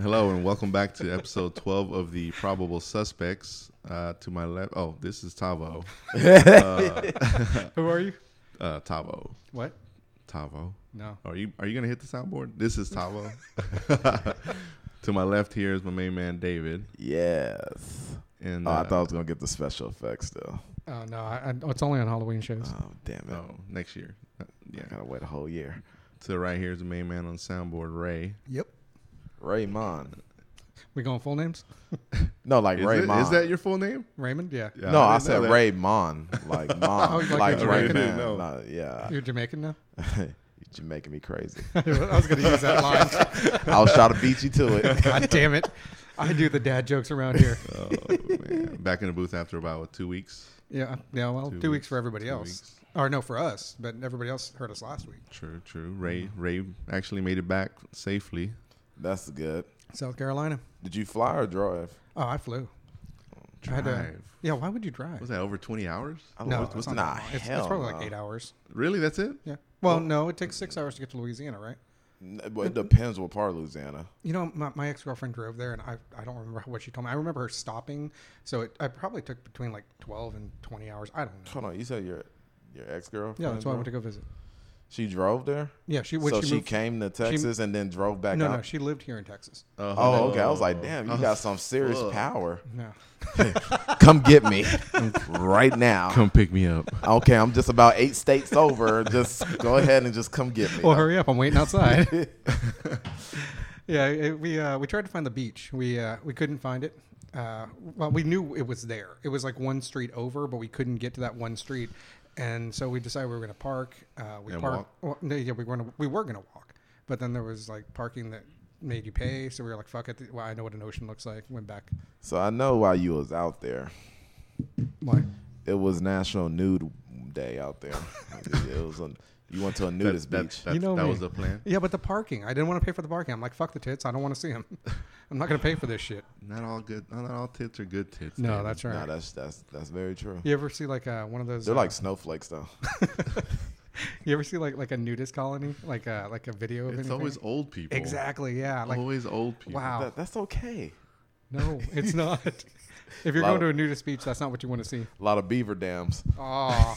Hello and welcome back to episode 12 of the Probable Suspects. Uh, to my left, oh, this is Tavo. Oh. Who are you? Uh, Tavo, What? Tavo. No. Are you are you gonna hit the soundboard? This is Tavo. to my left here is my main man David. Yes. And Oh, I uh, thought I was gonna get the special effects though. Oh no. I, I, it's only on Halloween shows. Oh damn it! no, next year. Uh, Yeah. I gotta wait a whole year. To the right here is the main man on soundboard, Ray. Yep. Raymond. We going full names? No, like Is, it, Raymond. is that your full name? Raymond. Yeah. Yeah, no, I, didn't know said that. Raymond, like Oh, mom, like like you're Jamaican. Raymond. No. No, yeah, You're Jamaican now. you're making me crazy. Uh, I was gonna use that line. I was trying to beat you to it. God damn it! I do the dad jokes around here. Oh, man. Back in the booth after about what, two weeks. Yeah. Yeah. Well, Two two, weeks, weeks for everybody two else, weeks. or no, for us. But everybody else heard us last week. True, true. Ray, Ray actually made it back safely. That's good. South Carolina. Did you fly or drive? Oh, I flew. I had to- Drive. yeah. Why would you drive? Was that over twenty hours? I no, what's- it's not what's the- that nah, long. It's, hell it's probably no. like eight hours. Really? That's it? Yeah. Well, no, it takes six hours to get to Louisiana, right? N- But it depends what part of Louisiana. You know, my, my ex girlfriend drove there, and I, I don't remember what she told me. I remember her stopping, so it I probably took between like twelve and twenty hours. I don't know. Hold on, you said your your ex girlfriend. Yeah, that's why I went to go visit. She drove there. Yeah, she when so she, she moved, came to Texas and then drove back no out. no she lived here in Texas. Uh, Oh, okay. I was like, damn, you got some serious fuck. power. No, Come get me right now. Come pick me up. Okay, I'm just about eight states over. Just go ahead and just come get me. well hurry up, I'm waiting outside. yeah, it, we uh, we tried to find the beach. We uh, we couldn't find it. Uh, well, we knew it was there. It was like one street over, but we couldn't get to that one street, and so we decided we were going to park. Uh, we And parked. walk? Well, no, yeah, we were gonna, we were gonna walk, but then there was like parking that made you pay. So we were like, "Fuck it." Well, I know what an ocean looks like. Went back. so I know why you was out there. Why? It was National Nude Day out there. it was on. You went to a That, nudist that, beach. that, You know that me. was the plan. Yeah, but the parking. I didn't want to pay for the parking. I'm like, "Fuck the tits. I don't want to see them. I'm not gonna pay for this shit." Not all good. Not all tits are good tits. No, David. that's no, right. that's that's that's very true. you ever see like uh, one of those? They're uh, like snowflakes though. You ever see like like a nudist colony, like a like a video of It's anything? always old Oh, people. exactly yeah. Like always old people. wow, That, that's okay. no, it's not. if you're Lot going to a of- nudist beach, that's not what you want to see. A lot of beaver dams. Oh,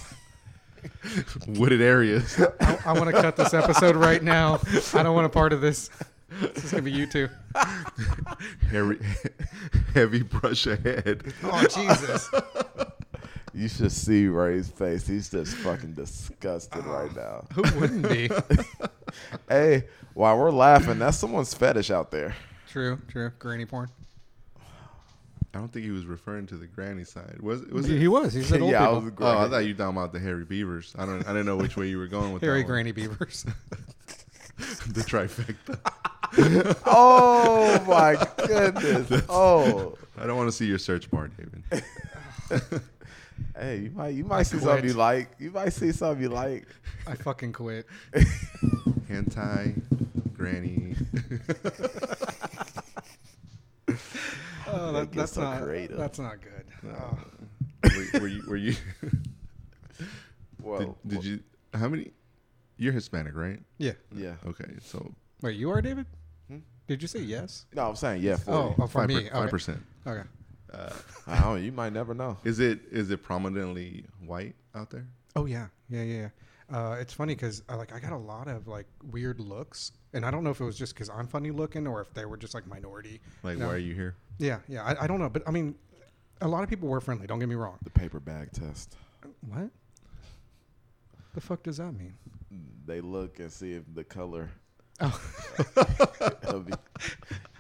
Wooded areas. I, I want to cut this episode right now. I don't want a part of this. This is gonna be you two. Hairy, heavy brush ahead. Oh Jesus! You should see Ray's face. He's just fucking disgusted right now. Who wouldn't be? Hey, while we're laughing, that's someone's fetish out there. True, true. Granny porn. I don't think he was referring to the granny side. Was was he, it? he was. He said old yeah, I people. was great. Oh, I thought you were talking about the hairy beavers. I don't. I didn't know which way you were going with that Hairy one. granny beavers. the trifecta. Oh my goodness! Oh, I don't want to see your search bar, David. hey, you might you might see something you like. You might see something you like. I fucking quit. Hentai, granny. Oh, that, They get that's so not. creative. That's not good. Oh. were, were you? Were you? Whoa! Did, did you? How many? You're Hispanic, right? Yeah. Yeah. Okay, so Wait, you are David? Did you say yes? No, I'm saying yeah. Oh, For oh, for five me. uh, okay. percent. Okay. I don't. know, You might never know. Is it is it prominently white out there? Oh yeah, yeah, yeah. yeah. Uh, it's funny because uh, like I got a lot of like weird looks, and I don't know if it was just because I'm funny looking or if they were just like minority. Like, No. why are you here? Yeah, yeah. I, I don't know, but I mean, a lot of people were friendly. Don't get me wrong. The paper bag test. What? The fuck does that mean? They look and see if the color. Oh. of the-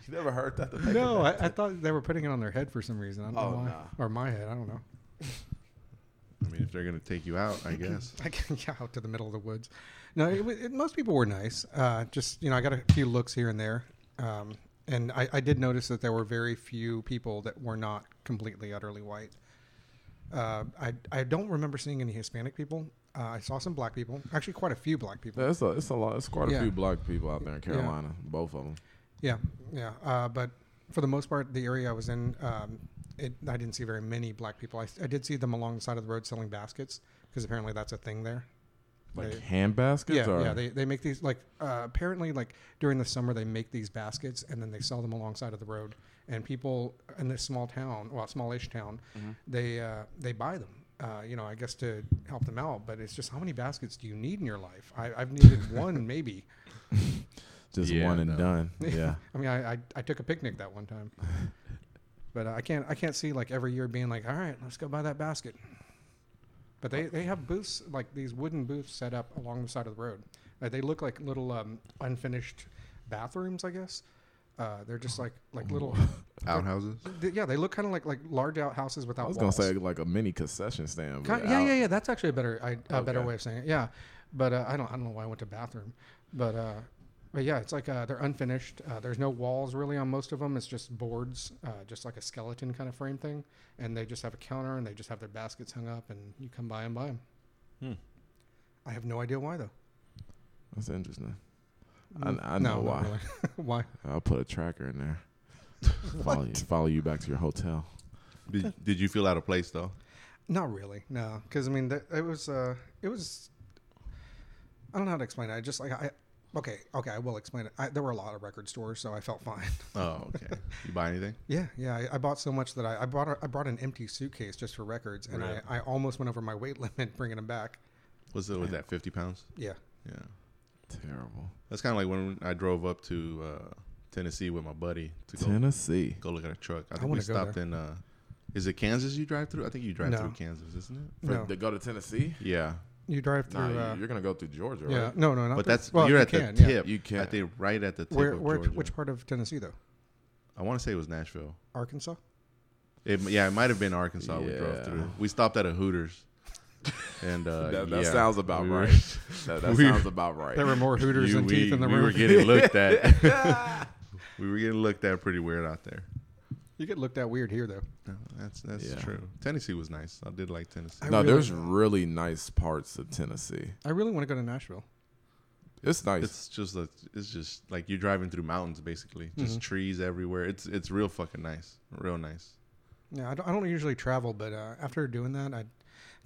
you never heard that? The paper No, bag I, I thought they were putting it on their head for some reason. I don't know Oh, why. nah. Or my head. I don't know. I mean, if they're gonna take you out, I guess. Like yeah, out to the middle of the woods. No, it, wa- it, most people were nice. Uh, just you know, I got a few looks here and there, um, and I, I did notice that there were very few people that were not completely utterly white. Uh, I I don't remember seeing any Hispanic people. Uh, I saw some black people, actually quite a few black people. Yeah, it's a it's a lot. It's quite Yeah. a few black people out there in Carolina. Both of them. Yeah, yeah. Uh, but for the most part, the area I was in, um, it, I didn't see very many black people. I, I did see them along the side of the road selling baskets because apparently that's a thing there. Like They- hand baskets? Yeah, or? yeah. They, they make these like uh, apparently like during the summer they make these baskets and then they sell them alongside of the road. And people in this small town, well, smallish town, Mm-hmm. they uh, they buy them. Uh, you know, I guess to help them out. But it's just how many baskets do you need in your life? I, I've needed one maybe. just Yeah, one and no. done. Yeah. I mean, I, I I took a picnic that one time. But uh, I can't I can't see like every year being like, all right, let's go buy that basket. But they, they have booths like these wooden booths set up along the side of the road. Uh, they look like little um, unfinished bathrooms, I guess. Uh, they're just Oh. like like little Outhouses. th- yeah. They look kind of like like large outhouses without. I was gonna walls. say like a mini concession stand. Ki- but yeah, out- Oh, yeah, yeah. That's actually a better I, a better Okay. way of saying it. Yeah, but uh, I don't I don't know why I went to bathroom, but uh, but yeah, it's like uh, they're unfinished. Uh, there's no walls really on most of them. It's just boards, uh, just like a skeleton kind of frame thing, and they just have a counter and they just have their baskets hung up, and you come by and buy them. Hmm. I have no idea why though. That's interesting. I, I No, know not why. really. why? I'll put a tracker in there. follow you, follow you back to your hotel. Did, did you feel out of place though? Not really, no. Because I mean, that, it was, uh, it was. I don't know how to explain it. I just like I, okay, okay, I will explain it. I, there were a lot of record stores, so I felt fine. Oh, okay. you buy anything? Yeah, yeah. I, I bought so much that I, I bought a, I brought an empty suitcase just for records, and Right. I, I almost went over my weight limit bringing them back. What's it? Was that fifty pounds? Yeah, Yeah. Terrible. That's kind of like when I drove up to uh, Tennessee with my buddy to go Tennessee. go look at a truck. I I think we wanna go stopped there. in. Uh, is it Kansas you drive through? I think you drive No. through Kansas, isn't it? no, To go to Tennessee? Yeah, you drive through. Nah, you- uh, you're gonna go through Georgia, yeah, right? no, no, not but through- that's well, you're you at can, the yeah. tip. You can. I think right at the tip Where, of where, Georgia. which part of Tennessee though? I want to say it was Nashville. Arkansas. It, yeah, it might have been Arkansas. We Yeah. drove through. We stopped at a Hooters, and uh, that that yeah, sounds about we were- right. that that we- sounds about right. There were more Hooters you- and we, teeth in the we room. were getting looked at. we were getting looked at pretty weird out there. you get looked at weird here though. No, that's that's Yeah. true. Tennessee was nice. I did like Tennessee. I no, really- there's really nice parts of Tennessee. I really want to go to Nashville. It's nice. It's just a, it's just like you're driving through mountains basically. Mm-hmm. Just trees everywhere. It's it's real fucking nice. Real nice. Yeah, I don't, I don't usually travel, but uh, after doing that, I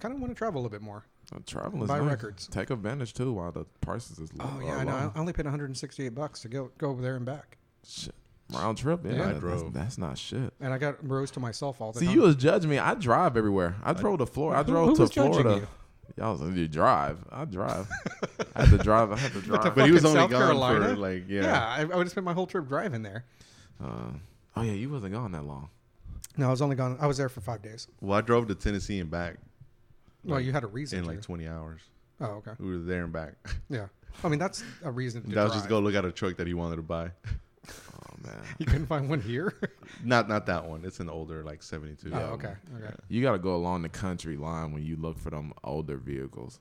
kind of want to travel a little bit more. Uh, traveling is Buy nice. records. Take advantage too while the prices is low. Oh yeah, I know. I only paid 168 bucks to go go over there and back, Shit. Round trip, yeah. Yeah, I that's- drove. That's, not shit. and I got rose to myself all the See, time. you was judging me. I drive everywhere. I drove to Florida. I Who- drove who to was judging Florida. you? Y'all was like, you drive. I drive. I had to drive. I had to drive. But he was Fucking only South gone Carolina? for like yeah. yeah, I, I would have spent my whole trip driving there. Uh, oh yeah, you wasn't gone that long. No, I was only gone. I was there for five days. Well, I drove to Tennessee and back Well, you had a reason. in to. like 20 hours. oh, okay. We were there and back. Yeah. I mean, that's a reason to that was just drive. go look at a truck that he wanted to buy. Oh man, You couldn't find one here. Not not that one. It's an older like 72. oh, okay. Okay. you got to go along the country line when you look for them older vehicles.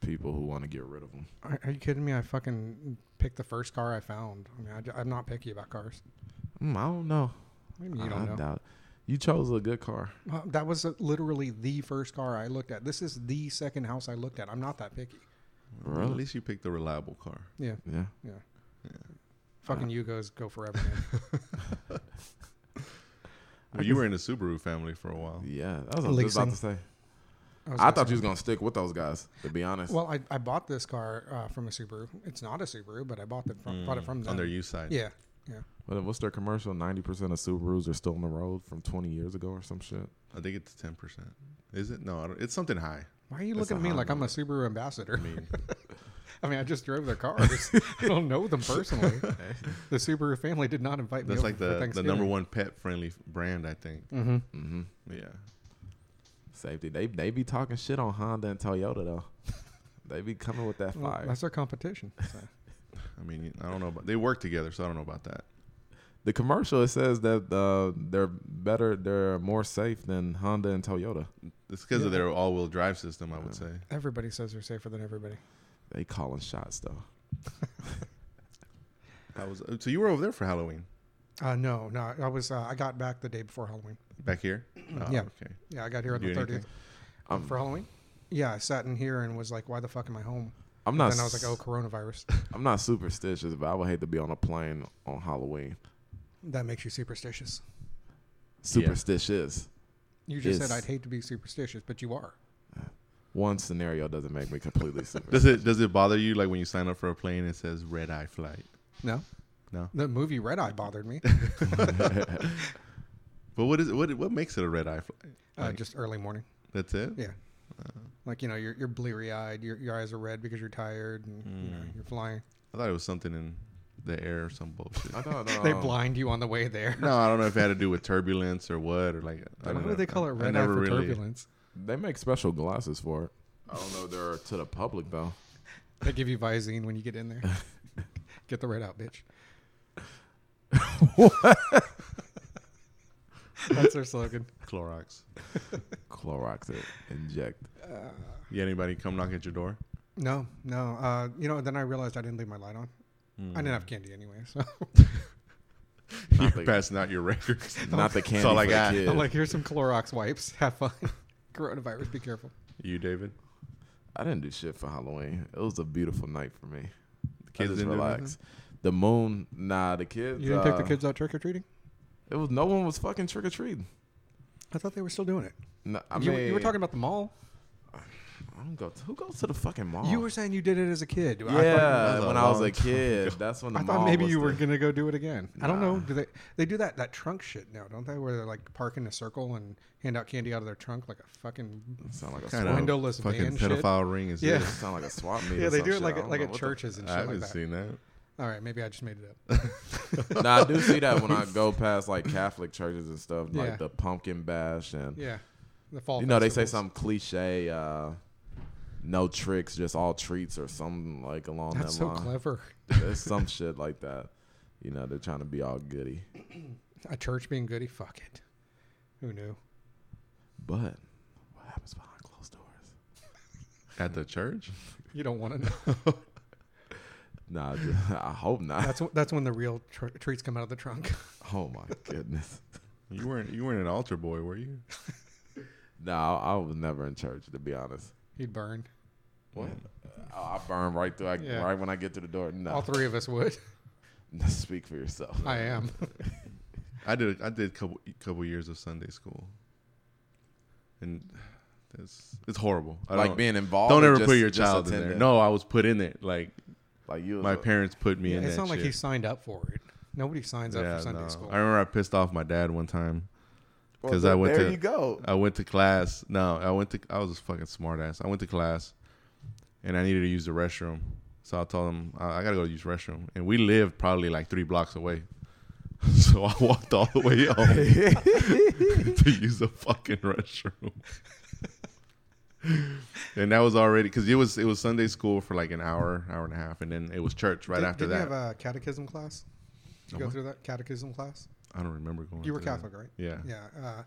People who want to get rid of them. Are, are you kidding me? I fucking picked the first car I found. I mean, I, am not picky about cars. Mm, I don't know. What do you mean you I don't know? doubt. You chose a good car. Well, that was uh, literally the first car I looked at. This is the second house I looked at. I'm not that picky. Well, at Really? least you picked a reliable car. Yeah. Yeah. Yeah. Fucking Yugos go forever. man. Well, you were in the Subaru family for a Oh. while. Yeah. That was what I was about Leasing. to say. was I gonna thought say- you was gonna stick with those guys. To be honest. Well, I, I bought this car uh, from a Subaru. It's not a Subaru, but I bought it from bought it from them. On their U side. yeah, yeah. What- what's their commercial? Ninety percent of Subarus are still on the road from twenty years ago or some shit. I think it's 10%. Is it? No, I don't, it's something high. Why are you That's looking at me a like I'm a Honda. Subaru ambassador? I mean, I mean, I just drove their cars. I don't know them personally. The Subaru family did not invite me. that's over like for the, the Thanksgiving. number one pet friendly brand, I think. Mm-hmm. Mm-hmm. Yeah. Safety. They they be talking shit on Honda and Toyota though. they be coming with that fire. that's our competition. So. I mean, I don't know. About, they work together, so I don't know about that. the commercial it says that uh, they're better, they're more safe than Honda and Toyota. It's because of Yeah. their all wheel drive system, I would say. Everybody says they're safer than everybody. They calling shots though. I was uh, So you were over there for Halloween Uh, no, no. I was. Uh, I got back the day before Halloween. back here? Oh, Yeah. Okay. Yeah, I got here on Do the anything? Um, thirtieth I'm, for Halloween. Yeah, I sat in here and was like, "Why the fuck am I home?" I'm And Ah, not. then I was like, "Oh, s- coronavirus." I'm not superstitious, but I would hate to be on a plane on Halloween. that makes you superstitious. Superstitious. You just Yes. said I'd hate to be superstitious, but you are. one scenario doesn't make me completely super. Does it does it bother you like when you sign up for a plane it says red eye flight? No, No. the movie Red Eye bothered me. uh, But what is it, what what makes it a red eye flight? Uh, Like, Uh. just early morning. that's it. Yeah. Like you know, you're you're bleary eyed. Your your eyes are red because you're tired, and you know Mm. you're flying. I thought it was something in the air or some bullshit. I thought, They um, Oh. blind you on the way there. no, I don't know if it had to do with turbulence or what or like. I Why don't would they know. call it I red eye never for really- turbulence? They make special glasses for it. I don't know if they're to the public though. They give you Visine when you get in there. get the red out, bitch. That's their slogan. Clorox. Clorox it, inject. Yeah, anybody come knock at your door? No, no. Uh, you know, then I realized I didn't leave my light on. I Hmm. didn't have candy anyway, so You're the- passing out your records. Not the candy all I for got. the kid. I'm like, here's some Clorox wipes. Have fun. Coronavirus, be careful. You, David. I didn't do shit for Halloween. It was a beautiful night for me. The kids kids I just didn't do relaxed. The moon, nah, the kids. You didn't take the uh, kids out trick or treating? It was no one was fucking trick or treating. I thought they were still doing it. No, I you, mean, you were talking about the mall. I don't go. To, who goes to the fucking mall? You were saying you did it as a kid. oh. Yeah, that was a when I was long a time kid, that's when the I mall. thought maybe was you were the- gonna go do it again. I don't know. Nah. Do they they do that that trunk shit now, don't they? Where they like park in a circle and hand out candy out of their trunk like a fucking Sound like a Kind swap. of windowless fucking van shit. pedophile ring is Yeah. this? Sound like a swap meet. Yeah, or they some do it shit. I like don't like know at what the- churches and I shit haven't like that. seen that. All right, maybe I just made it up. nah, I do see that when I go past like Catholic churches and stuff, Yeah. like the pumpkin bash and yeah, the fall. you know they say festivals. some cliche, uh, no tricks, just all treats or something like along That's that so line. clever. There's some shit like that. You know they're trying to be all goody, A church being goody, fuck it. Who knew? but what happens behind closed doors? At the church? You don't want to know. Nah, ju- I hope not. That's wh- that's when the real tr- treats come out of the trunk. Oh my goodness. You weren't you weren't an altar boy, were you? No, I was never in church to be honest. You'd burn. What? I burn right through. I, Yeah. Right when I get to the door. No, All three of us would. speak for yourself. I am. I did I did couple couple years of Sunday school, and it's it's horrible. I like don't, being involved. don't or ever just- put your just child in there. attending? No, I was put in it. Like like you. was my a- parents put me in. it's that not like shit. he signed up for it. Nobody signs up for Sunday no. school. I remember I pissed off my dad one time. Well, 'Cause I went there to- Uh, you go. I went to class. No, I went to. I was a fucking smartass. I went to class, and I needed to use the restroom. So I told him I, I gotta go use the restroom, and we lived probably like three blocks away. So I walked all the way home to use the fucking restroom. and that was already because it was it was Sunday school for like an hour, hour and a half, and then it was church right Did- after did that. you have a catechism class? Did you A go what? through that catechism class? I don't remember going. You were through that. Catholic, right? Yeah. Yeah. Uh,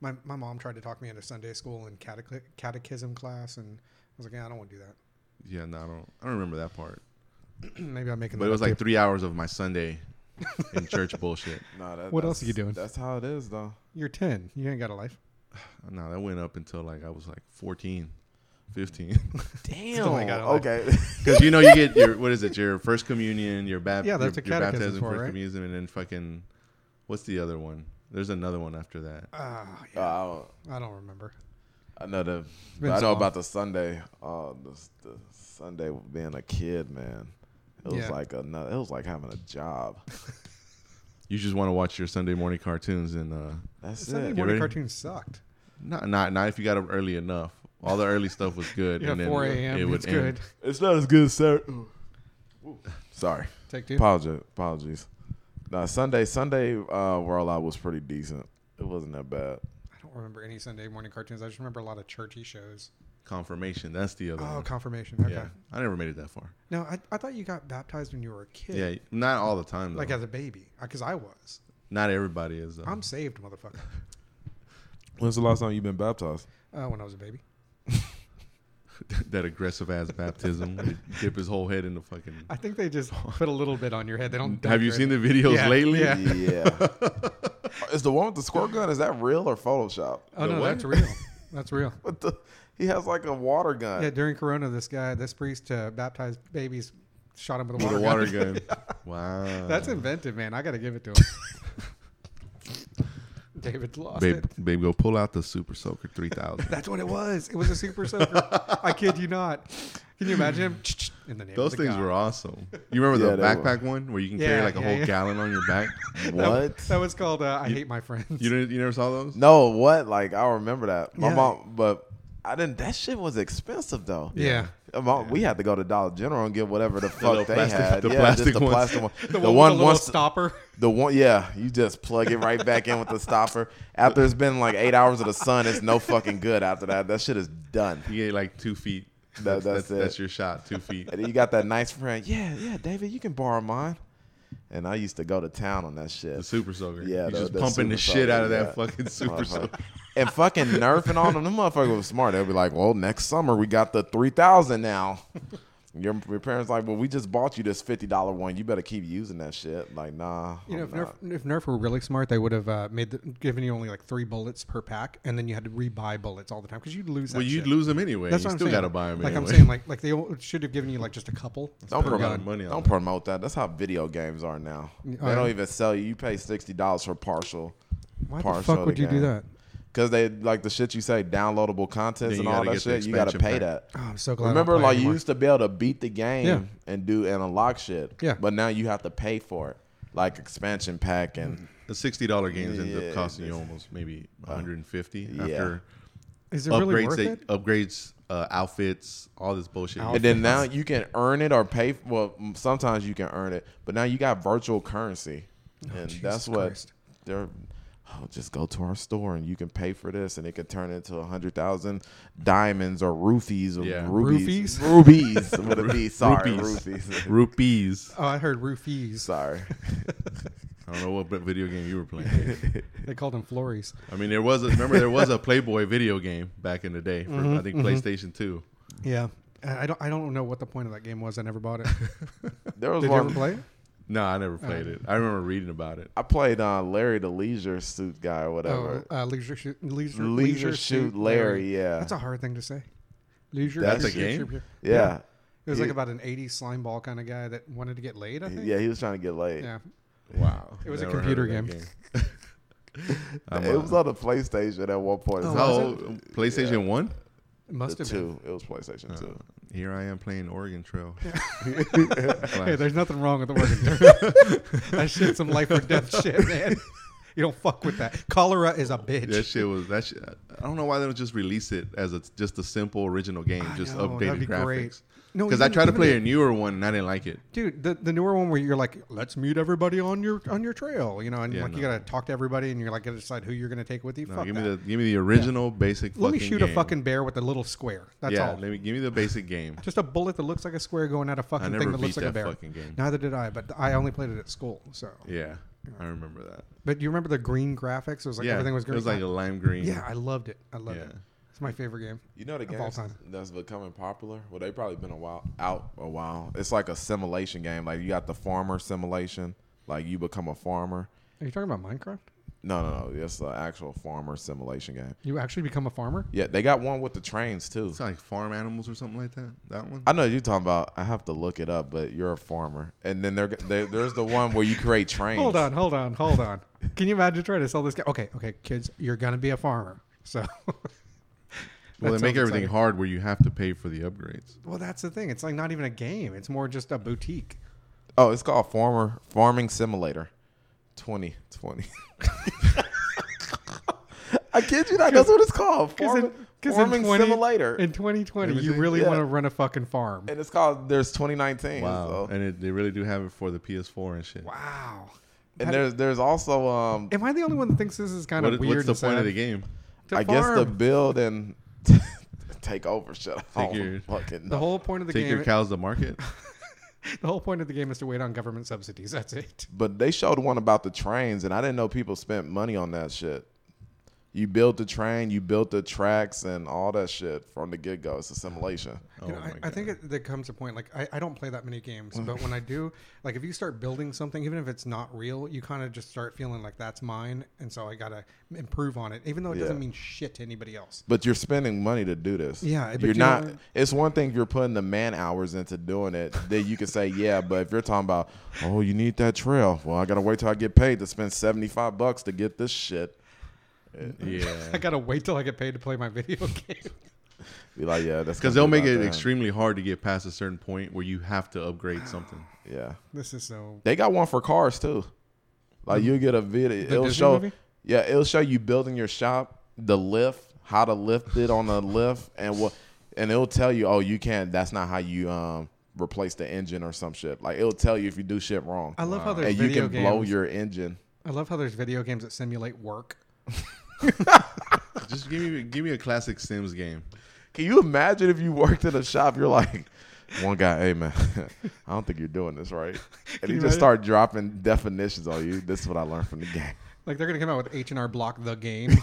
my, my mom tried to talk me into Sunday school and catech- catechism class, and I was like, yeah, I don't want to do that. Yeah, no, I don't. I don't remember that part. Maybe I'm making But that it was up like too. three hours of my Sunday in church bullshit. No, that, What else that's- are you doing? That's how it is, though. You're 10. You ain't got a life. No, that went up until like I was like 14, 15. Damn. Oh my God, I like- Okay. Because you know you get your what is it? Your first communion, your baptism, Yeah, that's your, what catechism baptism, for, first right? communion, and then fucking what's the other one? There's another one after that. Ah, Uh, yeah. I don't- I don't remember. I know the. been I so know long. about the Sunday. Uh, the, the Sunday being a kid, man. It was Yeah. like another. It was like having a job. You just want to watch your Sunday morning cartoons and uh, That's Sunday it. morning ready? cartoons sucked. not not not if you got up early enough. All the early stuff was good. Yeah, and then 4 a.m. It's end. good. It's not as good as Saturday. Sorry. Take two. Apologies. Apologies. No, Sunday. Sunday uh, World Out was pretty decent. It wasn't that bad. I don't remember any Sunday morning cartoons. I just remember a lot of churchy shows. Confirmation. That's the other. one. Oh, confirmation. Okay. Yeah, I never made it that far. No, I, I thought you got baptized when you were a kid. Yeah, not all the time. Though. Like as a baby. Because I was. not everybody is. Though. I'm saved, motherfucker. When's the last time you've been baptized? Uh, when I was a baby. that aggressive ass baptism. where you dip his whole head in the fucking. I think they just put a little bit on your head. They don't. Have you seen the videos Yeah, lately? yeah. yeah. Is the one with the squirt gun? Is that real or Photoshop? Oh the no, what? that's real. That's real. What the? He has like a water Uh, gun. Yeah, during Corona, this guy, this priest, uh, baptized babies, shot him with a With water, a water gun. gun. Wow. That's inventive, man. I got to give it to him. David lost babe, it. babe, go pull out the Super Soaker 3000. That's what it was. It was a super soaker. I kid you not. Can you imagine him? In the name Those of the things God. were awesome. You remember Yeah, the they backpack one where you can carry Yeah, like a yeah, whole yeah. gallon on your back? What? That was called uh, "I You- Hate My Friends." You didn't, you never saw those? No, what? Like I remember that. My Yeah. mom, but I didn't. That shit was expensive though. Uh, yeah. My mom- we had to go to Dollar General and get whatever the little fuck they plastic- had. the yeah, plastic just the ones. plastic one. The, one, with the little once stopper. the one, yeah, you just plug it right back in with the stopper. After it's been like eight hours of the sun, it's no fucking good. After that, that shit is done. You get like two feet. That- that's it. that's your shot, two feet. And then you got that nice friend. Yeah, yeah, David, you can borrow mine. And I used to go to town on that shit. The super soaker. Yeah, You're the- just the pumping the super shit soaker, out of yeah. that fucking super soaker. Motherfucker. and fucking nerfing on them. Them motherfuckers was smart. They'll be like, well, next summer we got the 3000 now. Your, your parents like, well, we just bought you this $50 one. You better keep using that shit. Like, nah. You know, I'm if not. Nerf, uh, if Nerf were really smart, they would have uh, made the, given you only like three bullets per pack, and then you had to rebuy bullets all the time because you'd lose. That Well, you'd shit. lose them anyway. That's you what still I'm saying. gotta buy them. Like anyway. I'm saying, like like they o- should have given you like just a couple. Don't Spend a lot promote, of money on don't it. promote that. That's how video games are now. Oh, Yeah, they don't I- even sell you. You pay sixty dollars for partial. Why the partial of fuck would you do game. that? Because they like the shit you say, downloadable contents Then you and all gotta get that the shit. You got to expansion pay pack. that. Oh, I'm so glad. I don't Remember, play like you anymore. used to be able to beat the game Yeah. and do and unlock shit. Yeah. But now you have to pay for it, like expansion pack and Mm-hmm. the sixty dollar games ends Yeah, up costing you this- almost maybe one hundred and fifty Yeah. after Is it really upgrades. worth They it? upgrades uh, outfits, all this bullshit. Outfit. and then now you can earn it or pay. Well, m- sometimes you can earn it, but now you got virtual currency, and Oh, Jesus that's what Christ. they're. Oh, just go to our store and you can pay for this, and it could turn into a hundred thousand diamonds or roofies or Yeah. rubies. Rubies would it be? Sorry, Rupees. roofies. rupees. Oh, I heard roofies. Sorry. I don't know what video game you were playing. They called them flories. I mean, there was a, remember there was a Playboy video game back in the day for Mm-hmm, I think PlayStation Two. Yeah. I I don't. I don't know what the point of that game was. I never bought it. There was Did you one ever play it? No, I never played Uh-huh. it. I remember reading about it. I played uh, Larry the Leisure Suit guy or Oh, whatever. uh, leisure shoot. Leisure, Leisure, Suit Larry, yeah. That's a hard thing to say. Leisure. That's a Suit game? Larry. yeah. It was like Yeah. about an '80s slime ball kind of guy that wanted to get laid. I think. Yeah, he was trying to get laid. Yeah. Wow, It was a Never heard computer of that game. game. I'm, It uh, was on the PlayStation at one point. Oh, So how was old? PlayStation One. Uh-huh. Uh, It must the have been. two. It was PlayStation two. Here I am playing Oregon Trail. Hey, there's nothing wrong with the working. that shit's some life or death shit, man. You don't fuck with that. Cholera is a bitch. That shit was that shit. I don't know why they don't just release it as a just a simple original game, I just know, that'd updated be great. graphics. No, Because I even- tried to even play the- a newer one and I didn't like it. dude the, the newer one where you're like let's meet everybody on your on your trail you know and Yeah, like you no. gotta talk to everybody and you're like gotta decide who you're gonna take with you No, Fuck give me that. the give me the original basic. let me fucking shoot a game. fucking bear with a little square that's yeah. all Let me give me the basic game. just a bullet that looks like a square going at a I fucking never thing that beat looks like a that bear fucking game. neither did i but i only played it at school so Yeah, I remember that. but you remember the green graphics it was like yeah, everything was green It was like a lime green. yeah i loved it i loved it Yeah. it's my favorite game You know the Of all games time. that's becoming popular. Well, they probably been a while out a while. It's like a simulation game. Like you got the farmer simulation. Like you become a farmer. are you talking about minecraft No, no, no. It's an actual farmer simulation game. you actually become a farmer Yeah, they got one with the trains too. It's like farm animals or something like that. That one. I know you're talking about. I have to look it up, but you're a farmer, and then there, there there's the one where you create trains. Hold on, hold on, hold on. Can you imagine trying to sell this guy? Okay, okay, kids, you're gonna be a farmer. So well, That they make sounds everything exciting. hard where you have to pay for the upgrades. Well, that's the thing. It's like not even a game. It's more just a boutique. Oh, it's called Farmer Farming Simulator, 2020. I kid you not. That's what it's called. Farming, farming Simulator, in 2020, you Everything, really yeah. want to run a fucking farm. and it's called. There's 2019. Wow. so- And it, they really do have it for the PS4 and shit. Wow. and there's there's also um. Am I the only one that thinks this is kind What- of weird? what's the and point sad? of the game? To I guess the farm. build and take over. Shut up. Take your- fucking the whole point of the Take game. your cows to market. the whole point of the game is to wait on government subsidies. That's it. But they showed one about the trains, and I didn't know people spent money on that shit. You built the train, you built the tracks, and all that shit from the get go. It's a simulation. Oh You know, I, my I think it, there comes a point like I, I don't play that many games, but when I do, like if you start building something, even if it's not real, you kind of just start feeling like that's mine, and so I gotta improve on it, even though it Yeah. doesn't mean shit to anybody else. But you're spending money to do this. Yeah, but you're you not. don't- It's one thing if you're putting the man hours into doing it, then you can say yeah. But if you're talking about, oh, you need that trail. Well, I gotta wait till I get paid to spend seventy five bucks to get this shit. Yeah. I gotta wait till I get paid to play my video game. Be like, yeah, that's Because gonna they'll be make about it that. extremely hard to get past a certain point where you have to upgrade something. Yeah, this is so. they got one for cars too. Like you get a video, it'll Disney show. movie? Yeah, it'll show you building your shop, the lift, how to lift it on the lift, and what, and it'll tell you, oh, you can't. That's not how you um replace the engine or some shit. Like it'll tell you if you do shit wrong, I love how there's and you video can blow games. your engine. I love how there's video games that simulate work. Just give me give me a classic Sims game. Can you imagine if you worked at a shop? You're like, one guy, hey man, I don't think you're doing this right, and you he imagine? just start dropping definitions on you. This is what I learned from the game. Like they're gonna come out with H and R Block the game. I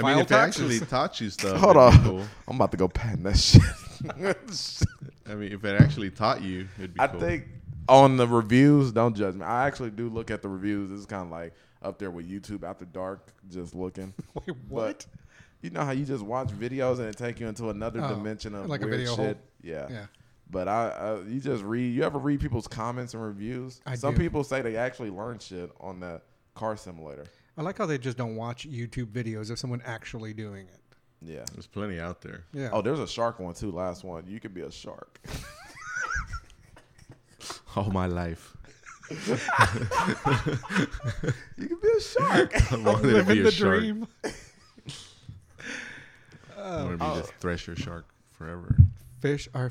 File mean, if taxes. it actually taught you stuff, Hold it'd be on, cool. I'm about to go patent that shit. I mean, if it actually taught you, it'd be. I cool. think on the reviews, don't judge me. I actually do look at the reviews. It's kind of like up there with YouTube after dark, just looking. Wait, But what? you know how you just watch videos and it take you into another Oh, dimension of like a weird video hole. shit. Yeah. Yeah. But I, I, you just read. You ever read people's comments and reviews? I Some do. people say they actually learn shit on the car simulator. I like how they just don't watch YouTube videos of someone actually doing it. Yeah. there's plenty out there. Yeah. Oh, there's a shark one too. Last one. You could be a shark. All my life, you could be a shark. I wanted to living be a the shark. dream. I wanted to be Oh. the thresher shark forever. Fish are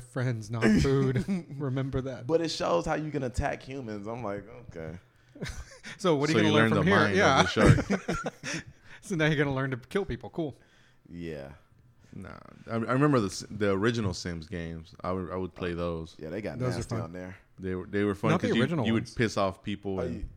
friends, not food. Remember that. but it shows how you can attack humans. I'm like, okay. so what are so you you gonna learn learned from the here? mind Yeah. of the shark. so now you're gonna learn to kill people. Cool. Yeah. nah, I, I remember the s- the original Sims games. I would I would play those. Yeah, they got Those are nasty fun. on there. They were they were fun Not the because you, original you ones. would piss off people. Oh, and- you-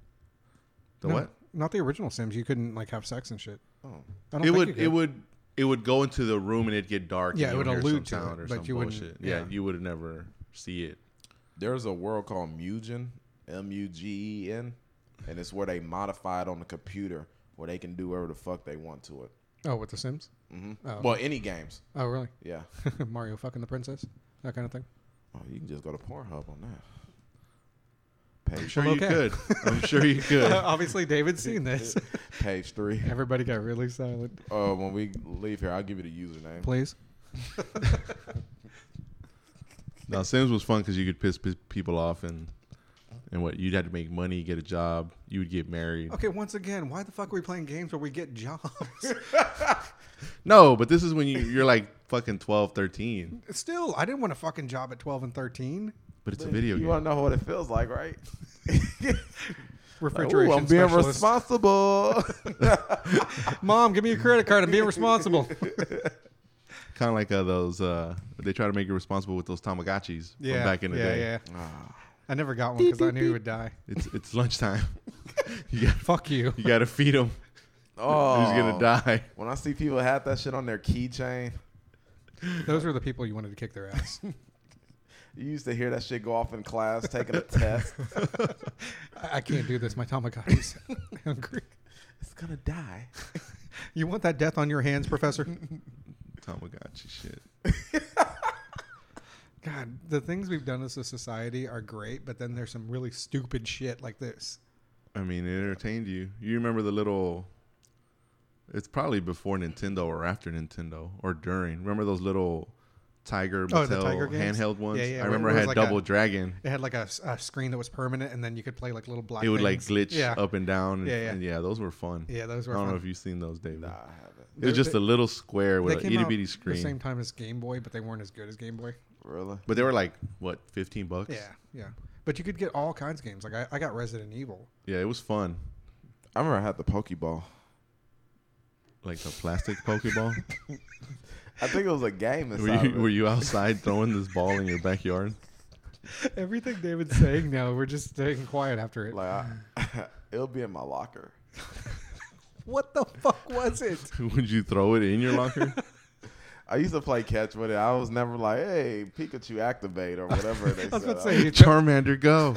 the No, what? Not the original Sims. You couldn't like have sex and shit. Oh. I It think you would could. it would it would go into the room and it'd get dark. Yeah, and it you would hear some allude to sound it, or but some you wouldn't- bullshit. Yeah, yeah. you would never see it. There's a world called Mugen, M U G E N, and it's where they modify it on the computer where they can do whatever the fuck they want to it. Oh, with the Sims. hmm Oh. Well, any games. Oh, really? Yeah. Mario fucking the princess, that kind of thing. Oh, you can just go to Pornhub on that. I'm Page, sure Well, you okay. could. I'm sure you could. Obviously, David's seen this. page three. Everybody got really silent. Uh, when we leave here, I'll give you the username. Please. Now Sims was fun because you could piss p- people off and and what you'd have to make money, get a job, you would get married. Okay, once again, why the fuck are we playing games where we get jobs? No, but this is when you you're like fucking 12, 13. Still, I didn't want a fucking job at 12 and 13. But it's a video you game. want to know what it feels like, right? Like, Refrigeration ooh, I'm being specialist. responsible. Mom, give me your credit card. I'm being responsible. Kind of like uh, those. Uh, they try to make you responsible with those Tamagotchis yeah, from back in the yeah, day. yeah. Ah, I never got one because I knew he would die. It's it's lunchtime. you got Fuck you. you got to feed them. oh, He's gonna die. When I see people have that shit on their keychain, Those were the people you wanted to kick their ass. you used to hear that shit go off in class, taking a test. I, I can't do this. My Tamagotchi's hungry. It's gonna die. You want that death on your hands, Professor? Tamagotchi shit. God, the things we've done as a society are great, but then there's some really stupid shit like this. I mean, it entertained you. You remember the little. It's probably before Nintendo or after Nintendo or during. Remember those little Tiger Oh, the Mattel Tiger games? handheld ones? Yeah, yeah, I where remember it I was had like Double a- Dragon. It had like a, s- a screen that was permanent, and then you could play like little black. It would like things. glitch Yeah, up and down. And, Yeah, yeah. and yeah, those were fun. yeah, those I were. don't fun. know if you've seen those, David. Nah, I haven't. It was They're- just they- a little square They with an came itty out bitty the same screen. time as Game Boy, but they weren't as good as Game Boy. Really? But they were like, what, 15 bucks? Yeah, yeah. But you could get all kinds of games. Like I, I got Resident Evil. Yeah, it was fun. I remember I had the Pokeball. Like the plastic Pokeball. I think it was a game were, inside. you, were you outside throwing this ball in your backyard? Everything David's saying now, we're just staying quiet after it. Like, I, it'll be in my locker. what the fuck was it? Would you throw it in your locker? I used to play catch with it. I was never like, "Hey, Pikachu activate" or whatever they I was said. about to say, you don't- Charmander, go.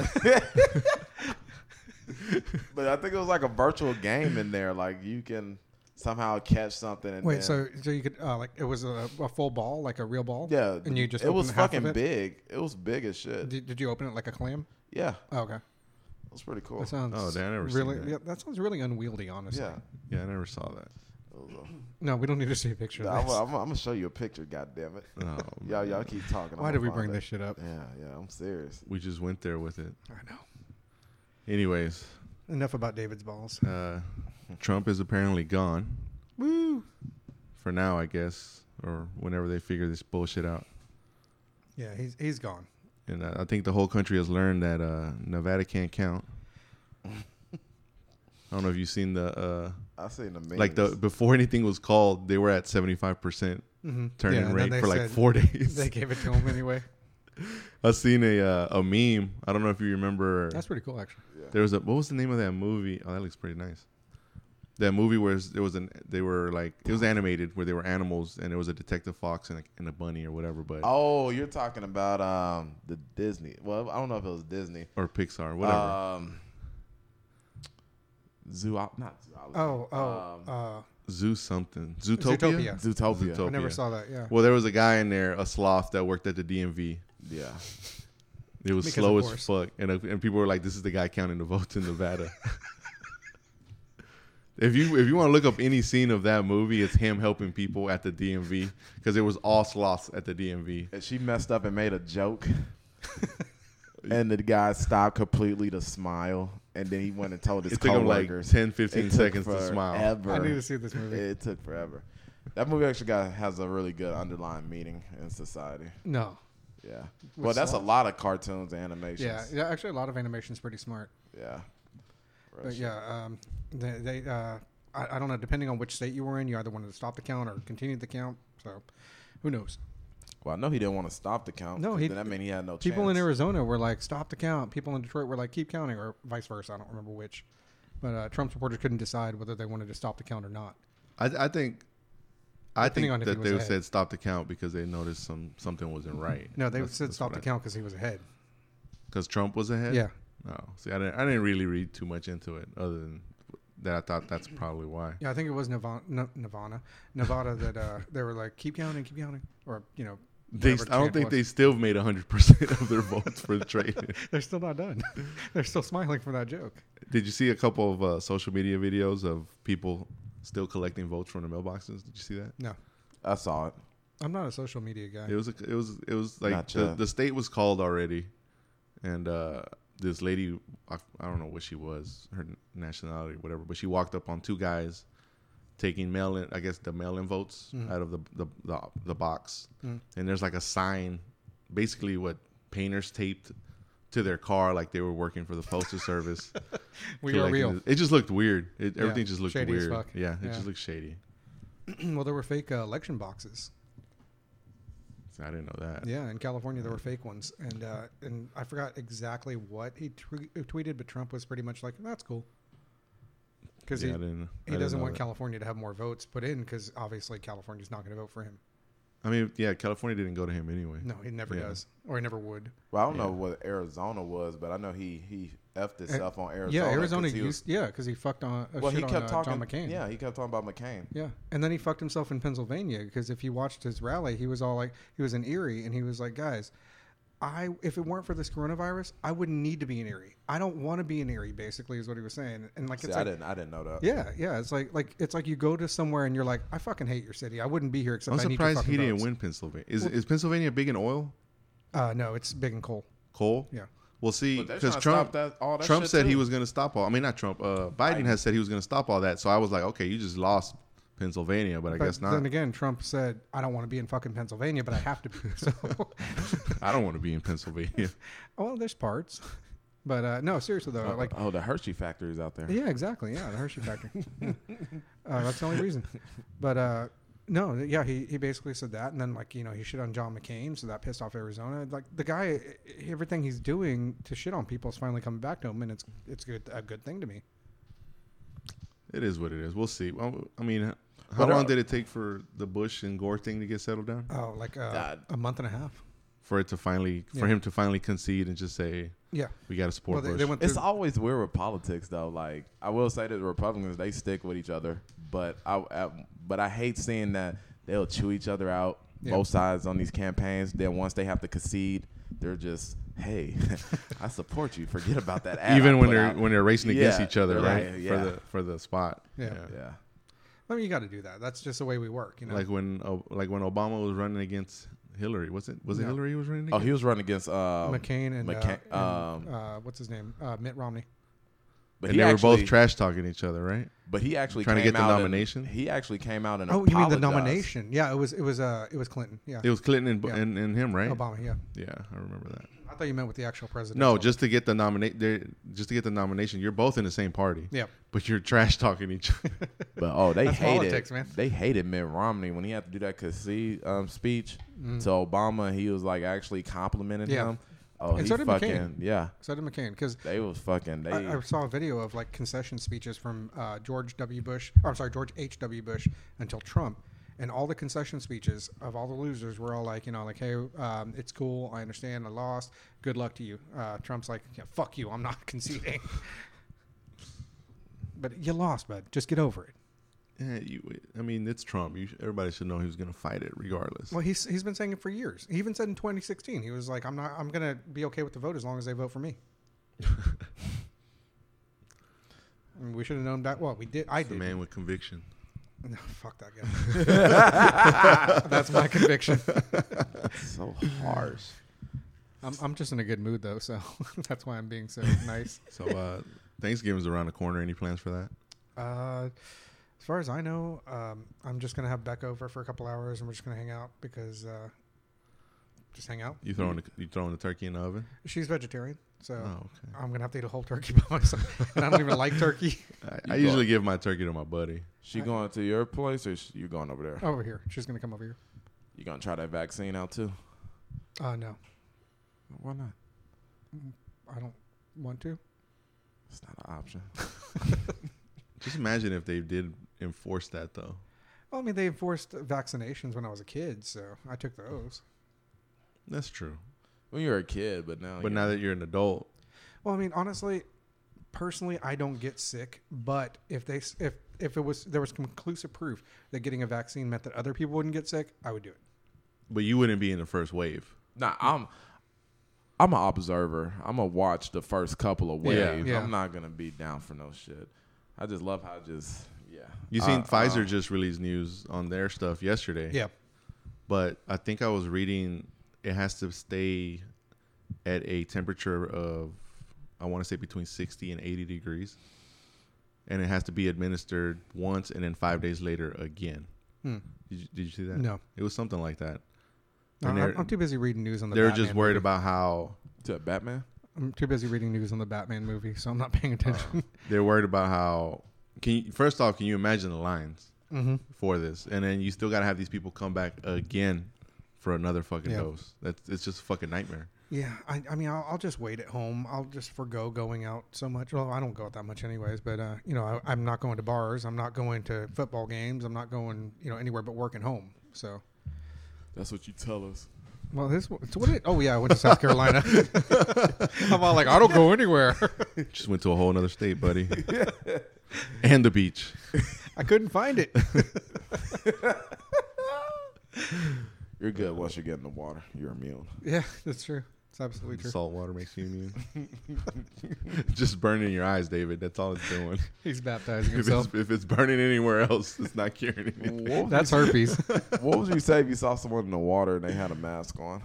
But I think it was like a virtual game in there. Like you can somehow catch something. And then- wait, so so you could uh, like it was a, a full ball, like a real ball. yeah, and you just it was opened half of fucking it? big. It was big as shit. Did, did you open it like a clam? Yeah, Oh, okay. was pretty cool. That sounds Oh, damn, I never seen really. that. Yeah, that sounds really unwieldy, honestly. Yeah. Yeah, I never saw that. It was a- No, we don't need to see a picture. I'm, Of this. I'm, I'm gonna show you a picture. God damn it. No, Y'all, man. y'all keep talking. I'm Oh, Why did gonna we find bring it. this shit up? Yeah, yeah. I'm serious. We just went there with it. I know. Anyways, Enough about David's balls. uh, Trump is apparently gone. Woo. for now, I guess, or whenever they figure this bullshit out. Yeah, he's he's gone. And I I think the whole country has learned that uh, Nevada can't count. I don't know if you've seen the uh, I seen the memes. like the before anything was called, they were at seventy five percent Mhm. turn Yeah, in and then rate they for like said- four days. They gave it to him anyway. I seen a uh, a meme. I don't know if you remember. That's pretty cool, actually. There was a what was the name of that movie? Oh, that looks pretty nice. That movie where there was an they were like it was animated where they were animals and there was a detective fox and a, and a bunny or whatever, but Oh, you're talking about um the Disney. Well, I don't know if it was Disney. or Pixar, whatever. Uh, Um, Zoo, not zoology. Oh, oh, Um, uh, Zoo something. Zootopia? Zootopia. Zootopia. Zootopia. I never saw that. Yeah, Well, there was a guy in there, a sloth that worked at the DMV. Yeah. It was Because slow of as fuck, and uh, and people were like, "This is the guy counting the votes in Nevada." if you if you want to look up any scene of that movie, it's him helping people at the DMV because it was all sloths at the DMV. And she messed up and made a joke. and the guy stopped completely to smile. And then he went and told his It took him like coworkers. 10, 15 It took seconds to smile. forever. I need to see this movie. It took forever. That movie actually got, has a really good underlying meaning in society. no. Yeah. With well, that's Sloth? a lot of cartoons and animations. Yeah, yeah. Actually, a lot of animation's pretty smart. Yeah. Real But shit. yeah, um, they, they uh, I, I don't know. Depending on which state you were in, you either wanted to stop the count or continue the count. So, who knows? Well, I know he didn't want to stop the count. No, No, he- he. That mean he had no People chance. in Arizona were like, "Stop the count." People in Detroit were like, "Keep counting," or vice versa. I don't remember which. But uh, Trump supporters couldn't decide whether they wanted to stop the count or not. I, I think. I Depending on think if that he was they ahead. said stop the count because they noticed some something wasn't right. No, they said stop the count because he was ahead. because Trump was ahead. Yeah, Oh, see, I didn't. I didn't really read too much into it, other than that. I thought that's probably why. yeah. I think it was Nevada, Nevada, Nevada that uh, they were like, "Keep counting, keep counting," or you know, They, I whatever don't chant think was. they still made hundred percent of their votes for the trade. They're still not done. They're still smiling from that joke. Did you see a couple of uh, social media videos of people still collecting votes from the mailboxes? Did you see that? No, I saw it. I'm not a social media guy. It was. A, it was. It was like Not the, yet. the state was called already, and uh, this lady, I, I don't know what she was, her nationality, whatever, but she walked up on two guys taking mail in. I guess the mail in votes Mhm. out of the the the, the box, Mhm. and there's like a sign, basically what painters taped to their car, like they were working for the postal service. we are collecting real. this- It just looked weird. It, Yeah, Everything just looked shady as weird. fuck. Yeah, it Yeah. just looked shady. well, there were fake uh, election boxes. So I didn't know that. Yeah, in California there were fake ones, and uh, and I forgot exactly what he tw- tweeted, but Trump was pretty much like, "That's cool," because Yeah, I he, didn't. I he didn't doesn't know want that. California to have more votes put in because obviously California's not going to vote for him. I mean, yeah, California didn't go to him anyway. No, he never Yeah. does, or he never would. Well, I don't know Yeah. what Arizona was, but I know he he effed himself on Arizona. Eh, yeah, 'cause Arizona he was- used yeah because he fucked on uh, well, shit he on, kept uh, talking. John McCain. Yeah, he kept talking about McCain. Yeah, and then he fucked himself in Pennsylvania because if you watched his rally, he was all like, he was in Erie, and he was like, guys, I if it weren't for this coronavirus, I wouldn't need to be in Erie. I don't want to be in Erie. Basically, is what he was saying, and like See, it's I like, didn't I didn't know that. yeah, yeah, it's like like it's like you go to somewhere and you're like, I fucking hate your city. I wouldn't be here except I'm I surprised need he your fucking didn't votes." win Pennsylvania. Is is Pennsylvania big in oil, Uh, no, it's big and coal. coal? Yeah. Well, see, But they're because trying to Trump stop that- all that Trump shit, said he too. was going to stop all. I mean, not Trump. Uh, Biden has said he was going to stop all that. So I was like, okay, you just lost Pennsylvania, but I But guess Then not. again, Trump said, I don't want to be in fucking Pennsylvania, but I have to be. So, I don't want to be in Pennsylvania. well, there's parts, but uh, no, seriously though, like oh, the Hershey factories out there. Yeah, exactly. Yeah, the Hershey factor. Yeah. uh, that's the only reason. But uh, no, th- yeah, he, he basically said that, and then like you know he shit on John McCain, so that pissed off Arizona. Like the guy, e- everything he's doing to shit on people is finally coming back to him, and it's it's good a good thing to me. it is what it is. We'll see. Well, I mean, how But, uh, long did it take for the Bush and Gore thing to get settled down? Oh, like uh, God. a month and a half. For it to finally, for Yeah. him to finally concede and just say, Yeah. we got to support well, they, Bush. they went through. It's always weird with politics, though. Like I will say that the Republicans they stick with each other, but I, I but I hate seeing that they'll chew each other out Yeah. both sides on these campaigns. Then once they have to concede, they're just hey, I support you. Forget about that. Ad I Even when put they're out. when they're racing against Yeah, each other, right, right? yeah. For the for the spot. Yeah. yeah, I mean, you got to do that. That's just the way we work, you know. Like when oh, like when Obama was running against Hillary. Was it was it No. Hillary he was running oh, against? he was running against um, McCain and, McCain- uh, um, and, uh, what's his name? Uh, Mitt Romney. but and he they actually, were both trash talking each other, right? But he actually trying to came get the out and- nomination? he actually came out and Oh, you mean the apologized. nomination? Yeah, it was it was uh it was Clinton. Yeah, It was Clinton and Yeah. and, and him, right? Obama. Yeah, Yeah, I remember that. I thought you meant with the actual president. No, just to get the nominate, they're- just to get the nomination. You're both in the same party, yeah. but you're trash talking each other. But oh, they That's hated politics, man. they hated Mitt Romney when he had to do that Cassie um, speech Mm. to Obama. He was like actually complimenting Yeah. him. Oh, And he so did McCain. fucking yeah. So did McCain because They was fucking they. I, I saw a video of like concession speeches from uh, George W. Bush. Or, I'm sorry, George H. W. Bush until Trump, and all the concession speeches of all the losers were all like, you know, like, hey, um, it's cool, I understand, I lost, good luck to you. Uh, Trump's like, yeah, fuck you, I'm not conceding. but you lost, bud. Just get over it. yeah, you, I mean, it's Trump. You, sh- everybody should know he was going to fight it regardless. Well, he's he's been saying it for years. He even said in 2016, he was like, I'm not, I'm gonna be okay with the vote as long as they vote for me. I mean, we should have known that. Well, we did. I the did. man with conviction. No, fuck that guy. That's my conviction. so harsh. I'm, I'm just in a good mood though, so that's why I'm being so nice. So uh, Thanksgiving's around the corner. Any plans for that? Uh, as far as I know, um, I'm just gonna have Beck over for a couple hours, and we're just gonna hang out because uh, just hang out. You throwing the, you throwing the turkey in the oven? She's vegetarian, so Oh, I'm gonna have to eat a whole turkey by myself, and I don't even like turkey okay. You I, I usually give my turkey to my buddy. She going to your place or sh- you going over there? over here. She's gonna come over here. You gonna try that vaccine out too? Uh, no, Why not? I don't want to. It's not an option. Just imagine if they did enforce that though. Well, I mean, they enforced vaccinations when I was a kid, so I took those. That's true. When you were a kid, but now. But you- now that you're an adult, Well, I mean, honestly, personally, I don't get sick, but if they if if it was there was conclusive proof that getting a vaccine meant that other people wouldn't get sick, I would do it. but you wouldn't be in the first wave. Nah, I'm. I'm an observer. I'm gonna watch the first couple of Yeah. waves. Yeah. I'm not gonna be down for no shit. I just love how just yeah. You seen Uh, Pfizer just released news on their stuff yesterday. Yeah. but I think I was reading it has to stay at a temperature of I want to say between 60 and 80 degrees and it has to be administered once and then 5 days later again. Hmm. Did you, did you see that? No. It was something like that. And No, I'm, they're- I'm too busy reading news on the. They were Batman just worried movie. about how To Batman. I'm too busy reading news on the Batman movie, so I'm not Oh. paying attention. they're worried about how can you, first off can you imagine the lines Mm-hmm. for this and then you still got to have these people come back again for another fucking Yeah. dose. That's it's just a fucking nightmare. yeah, I, I mean, I'll, I'll just wait at home. I'll just forego going out so much. Well, I don't go out that much, anyways. But uh, you know, I, I'm not going to bars. I'm not going to football games. I'm not going, you know, anywhere but work and home. So That's what you tell us. Well, this it's what it. Oh yeah, I went to South Carolina. I'm all like, I don't go anywhere. Just went to a whole another state, buddy. and the beach. I couldn't find it. You're good once you get in the water. You're immune. Yeah, that's true. It's absolutely true. Salt water makes you immune. Just burning your eyes, David. That's all it's doing. He's baptizing If it's, himself. if it's burning anywhere else, it's not curing anything. What, That's herpes. what would you say if you saw someone in the water and they had a mask on?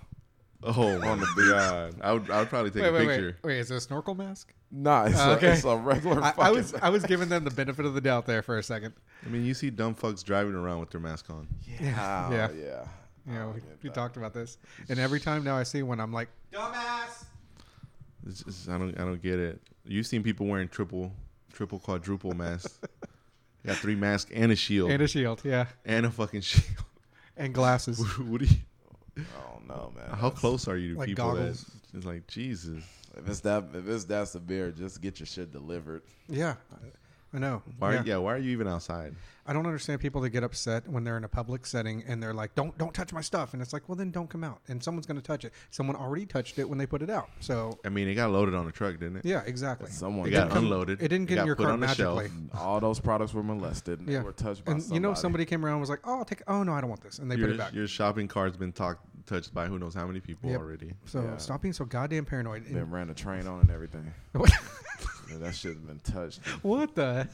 Oh my god! I would, I would probably take wait, a wait, picture. wait, wait. Is it a snorkel mask? Nah, it's, Uh, Okay. a, it's a regular I, fucking. I was I was giving them the benefit of the doubt there for a second. I mean, you see dumb fucks driving around with their mask on. yeah, Oh, Yeah. yeah. You know, we, get we that. talked about this, and every time now I see one, I'm like, It's just, I don't I don't get it. You've seen people wearing triple, triple, quadruple masks. Got three masks and a shield and and a a, shield, yeah, fucking shield. and glasses. what do you? I don't know, Oh, man. How close are you to Like people? that- goggles. it's like Jesus. If it's that if it's that severe, just get your shit delivered. Yeah, I know. Why? Are, yeah. Why are you even outside? I don't understand people that get upset when they're in a public setting and they're like, "Don't don't touch my stuff," and it's like, "Well, then don't come out." And someone's going to touch it. Someone already touched it when they put it out. So I mean, it got loaded on a truck, didn't it? yeah, exactly. Someone It got got- unloaded. It didn't It get in got your put cart on the shelf. magically. all those products were molested. And Yeah, they were touched by and somebody. you know somebody came around and was like, "Oh, I'll take. Oh no, I don't want this," and they your, put it back. your shopping cart's been talked touched by who knows how many people Yep. already. So Yeah. stop being so goddamn paranoid. Then ran a train on and everything. What? Yeah, that shit been touched. I'm what the?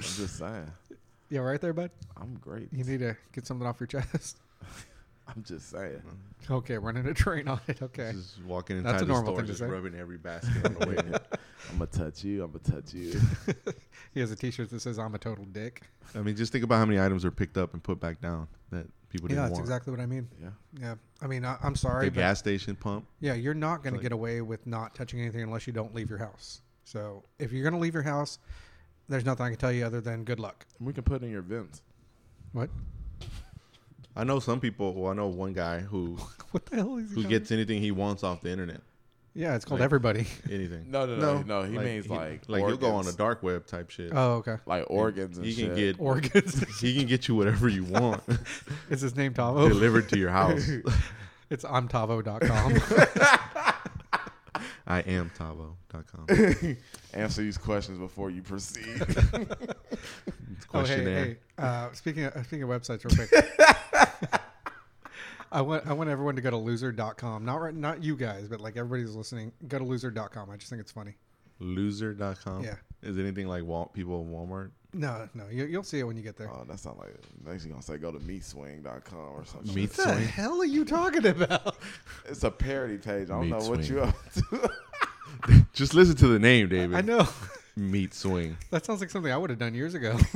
just saying. Yeah, right there, bud. I'm great. You need to get something off your chest. I'm just saying. Okay, running a train on it. Okay. Just walking That's inside a the normal store, thing to just say. rubbing every basket on the way. I'm gonna touch you. I'm gonna touch you. He has a T-shirt that says "I'm a total dick." I mean, just think about how many items are picked up and put back down that people didn't yeah, that's want. exactly what I mean. Yeah. Yeah, I mean, I, I'm sorry, the but gas station pump. yeah, you're not going to Like- get away with not touching anything unless you don't leave your house. So if you're going to leave your house, there's nothing I can tell you other than good luck. We can put in your vents. What? I know some people. Well, I know one guy who What the hell is he? who talking- gets anything he wants off the internet. Yeah, it's called like- everybody. Anything. No, no, no, no, he means, like, like you'll go on a organs. dark web type shit. Oh, okay. Like organs and he shit. can get Organs. he can get you whatever you want is his name Tavo? delivered to your house. It's imtavo.com. I am Tavo.com. It's answer these questions before you proceed. Oh, hey, questionnaire. hey. Uh, speaking of, speaking of websites, real quick. I want I want everyone to go to loser.com. Not right, not you guys, but like everybody's listening. Go to loser.com. I just think it's funny. Loser.com. Yeah. Is it anything like Wal- people at Walmart? No, no, you, you'll see it when you get there. oh, that sound like next you gonna say go to meatswing.com or something. Meat What the swing. hell are you talking about? It's a parody page. I don't know what Meatswing. you up to. Just listen to the name, David. I know. Meat swing. That sounds like something I would have done years ago.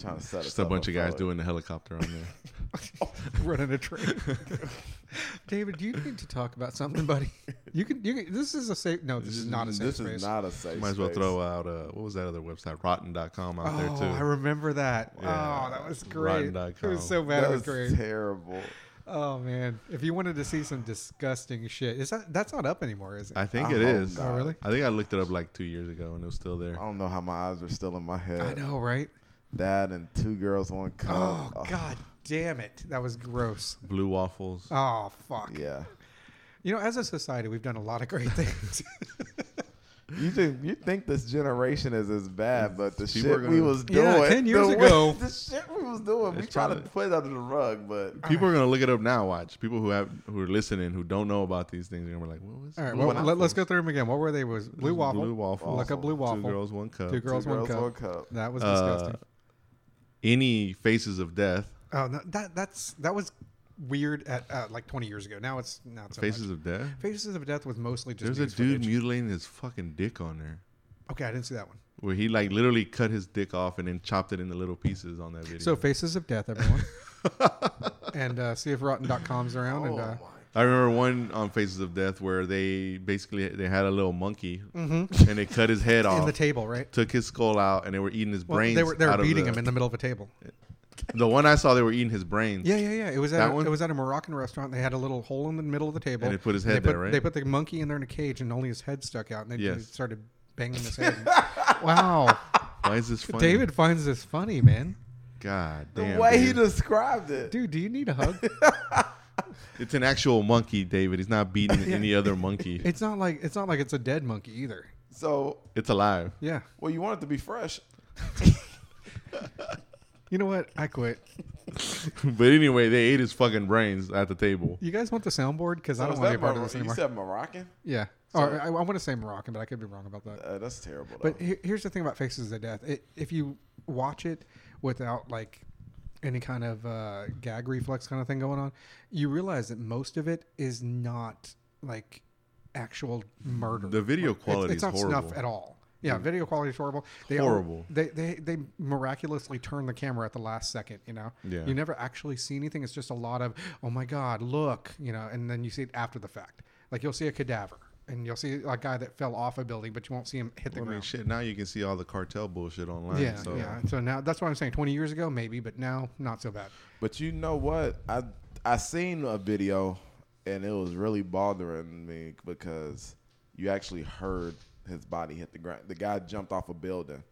trying to set Just us a up bunch of guys for it. doing the helicopter on there. Running a train. David, you need to talk about something, buddy. You can. You can, this is a safe. No, this, is not a safe This space. is not a safe. Might as well space. throw out uh, what was that other website? Rotten.com out there oh, too. I remember that. Yeah. Oh, that was great. It Rotten.com. was so bad. That It was was great. terrible. Oh man, if you wanted to see some disgusting shit, is that that's not up anymore, is it? I think I it hope is. not. oh really? Oh. I think I looked it up like two years ago and it was still there. I don't know how my eyes are still in my head. I know, right? That and two girls, one cup. Oh Oh, god, damn it, that was gross. Blue waffles. Oh fuck. Yeah. You know, as a society, we've done a lot of great things. You just you think this generation is as bad, but the People are shit we gonna- was doing Yeah, 10 years the ago. the shit we was doing, we It's try to probably- put it under the rug, but People are gonna look it up now. Watch people who have who are listening who don't know about these things. They're gonna be like, "What was?" All right, Blue well, Waffles? let, us go through them again. What were they? Was blue waffle? Blue waffle. Look up blue waffle. Two girls, one cup. Two girls, two one girls, cup. one cup. That was Uh, disgusting. Any faces of death. oh no, that that's that was weird at uh, like 20 years ago. Now it's not so faces Much. of death. Faces of Death was mostly just There's a news dude footage. mutilating his fucking dick on there, Okay, I didn't see that one. where he like literally cut his dick off and then chopped it into little pieces on that video. So Faces of Death, everyone. and uh, see if Rotten.com's Oh around. and uh, I remember one on Faces of Death where they basically they had a little monkey and they cut his head Mm-hmm. in off, the table, right? took his skull out, and they were eating his Well, Oh. brains. they were they were out of beating the, him in the middle of a table. The one I saw, they were eating his brains. Yeah, yeah, yeah. It was at That a, one? it was at a Moroccan restaurant. They had a little hole in the middle of the table, And they put his head they there, right? They put the monkey in there in a cage, and only his head stuck out, and they Yes. they started banging his head. wow, Why is this funny? David finds this funny, man. God the damn. way he dude. described it. Dude, do you need a hug? It's an actual monkey, David. He's not beating any other monkey. it's not like it's not like it's a dead monkey either. So, It's alive. Yeah, well, you want it to be fresh. you know what? I quit. but anyway, they ate his fucking brains at the table. You guys want the soundboard? Because I So don't is want to be that a part of Mor- this you anymore. said Moroccan? yeah, or I, I want to say Moroccan, but I could be wrong about that. Uh, that's terrible. But though. here, here's the thing about Faces of Death. It, if you watch it without like any kind of uh, gag reflex kind of thing going on, you realize that most of it is not like actual murder. The video Like, quality it's, is it's not snuff horrible. Mm-hmm. at all. Yeah, video quality is horrible. They all- Horrible. they, they they miraculously turn the camera at the last second. You know, Yeah. you never actually see anything. It's just a lot of oh my god, look, you know, and then you see it after the fact. Like you'll see a cadaver. And you'll see a guy that fell off a building, but you won't see him hit the I mean, ground. shit. Now you can see all the cartel bullshit online. Yeah, so yeah. So now that's what I'm saying. 20 years ago, maybe, but now not so bad. But you know what? I I seen a video and it was really bothering me because you actually heard his body hit the ground. The guy jumped off a building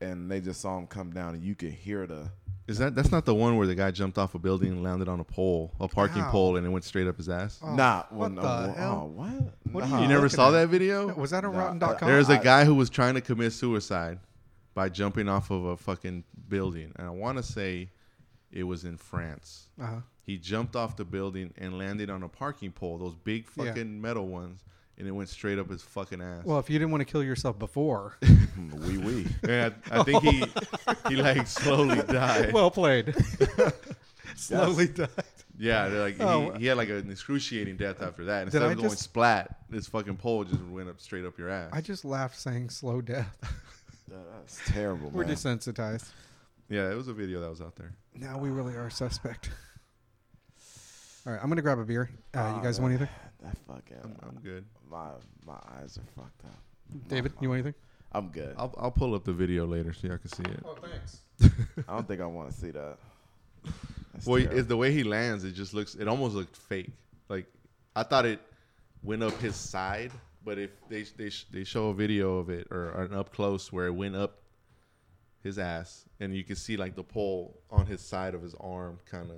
and they just saw him come down and you could hear the is that that's not the one where the guy jumped off a building and landed on a pole, a parking Ow. pole, and it went straight up his ass? nah. Oh, what when- the oh, hell? oh, what? What are Nah. you never looking saw at- that video? Was that on Nah, Rotten.com? uh, There's a I- guy who was trying to commit suicide by jumping off of a fucking building, and I want to say It was in France. Uh-huh. He jumped off the building and landed on a parking pole, those big Yeah. fucking metal ones, and it went straight up his fucking ass. Well, if you didn't want to kill yourself before, Wee wee. and I, I think he he like slowly died. well played. Slowly died. yeah, they're like Oh. he, he had like an excruciating death after that. Instead I of going just- splat, this fucking pole just went up straight up your ass. I just laughed saying slow death. That's terrible, We're man. desensitized. yeah, it was a video that was out there. Now we really are suspect. All right, I'm gonna grab a beer. Uh, you Oh, guys want man. anything? That fucking. I'm, I'm good. my my eyes are fucked up. My- David, you want anything? I'm good. I'll I'll pull up the video later so y'all can see it. Oh, thanks. I don't think I want to see that. That's Well, terrible. it's the way he lands, it just looks. It almost looked fake. Like I thought it went up his side, but if they they they show a video of it or, or an up close where it went up his ass, and you can see like the pole on his side of his arm, kind of.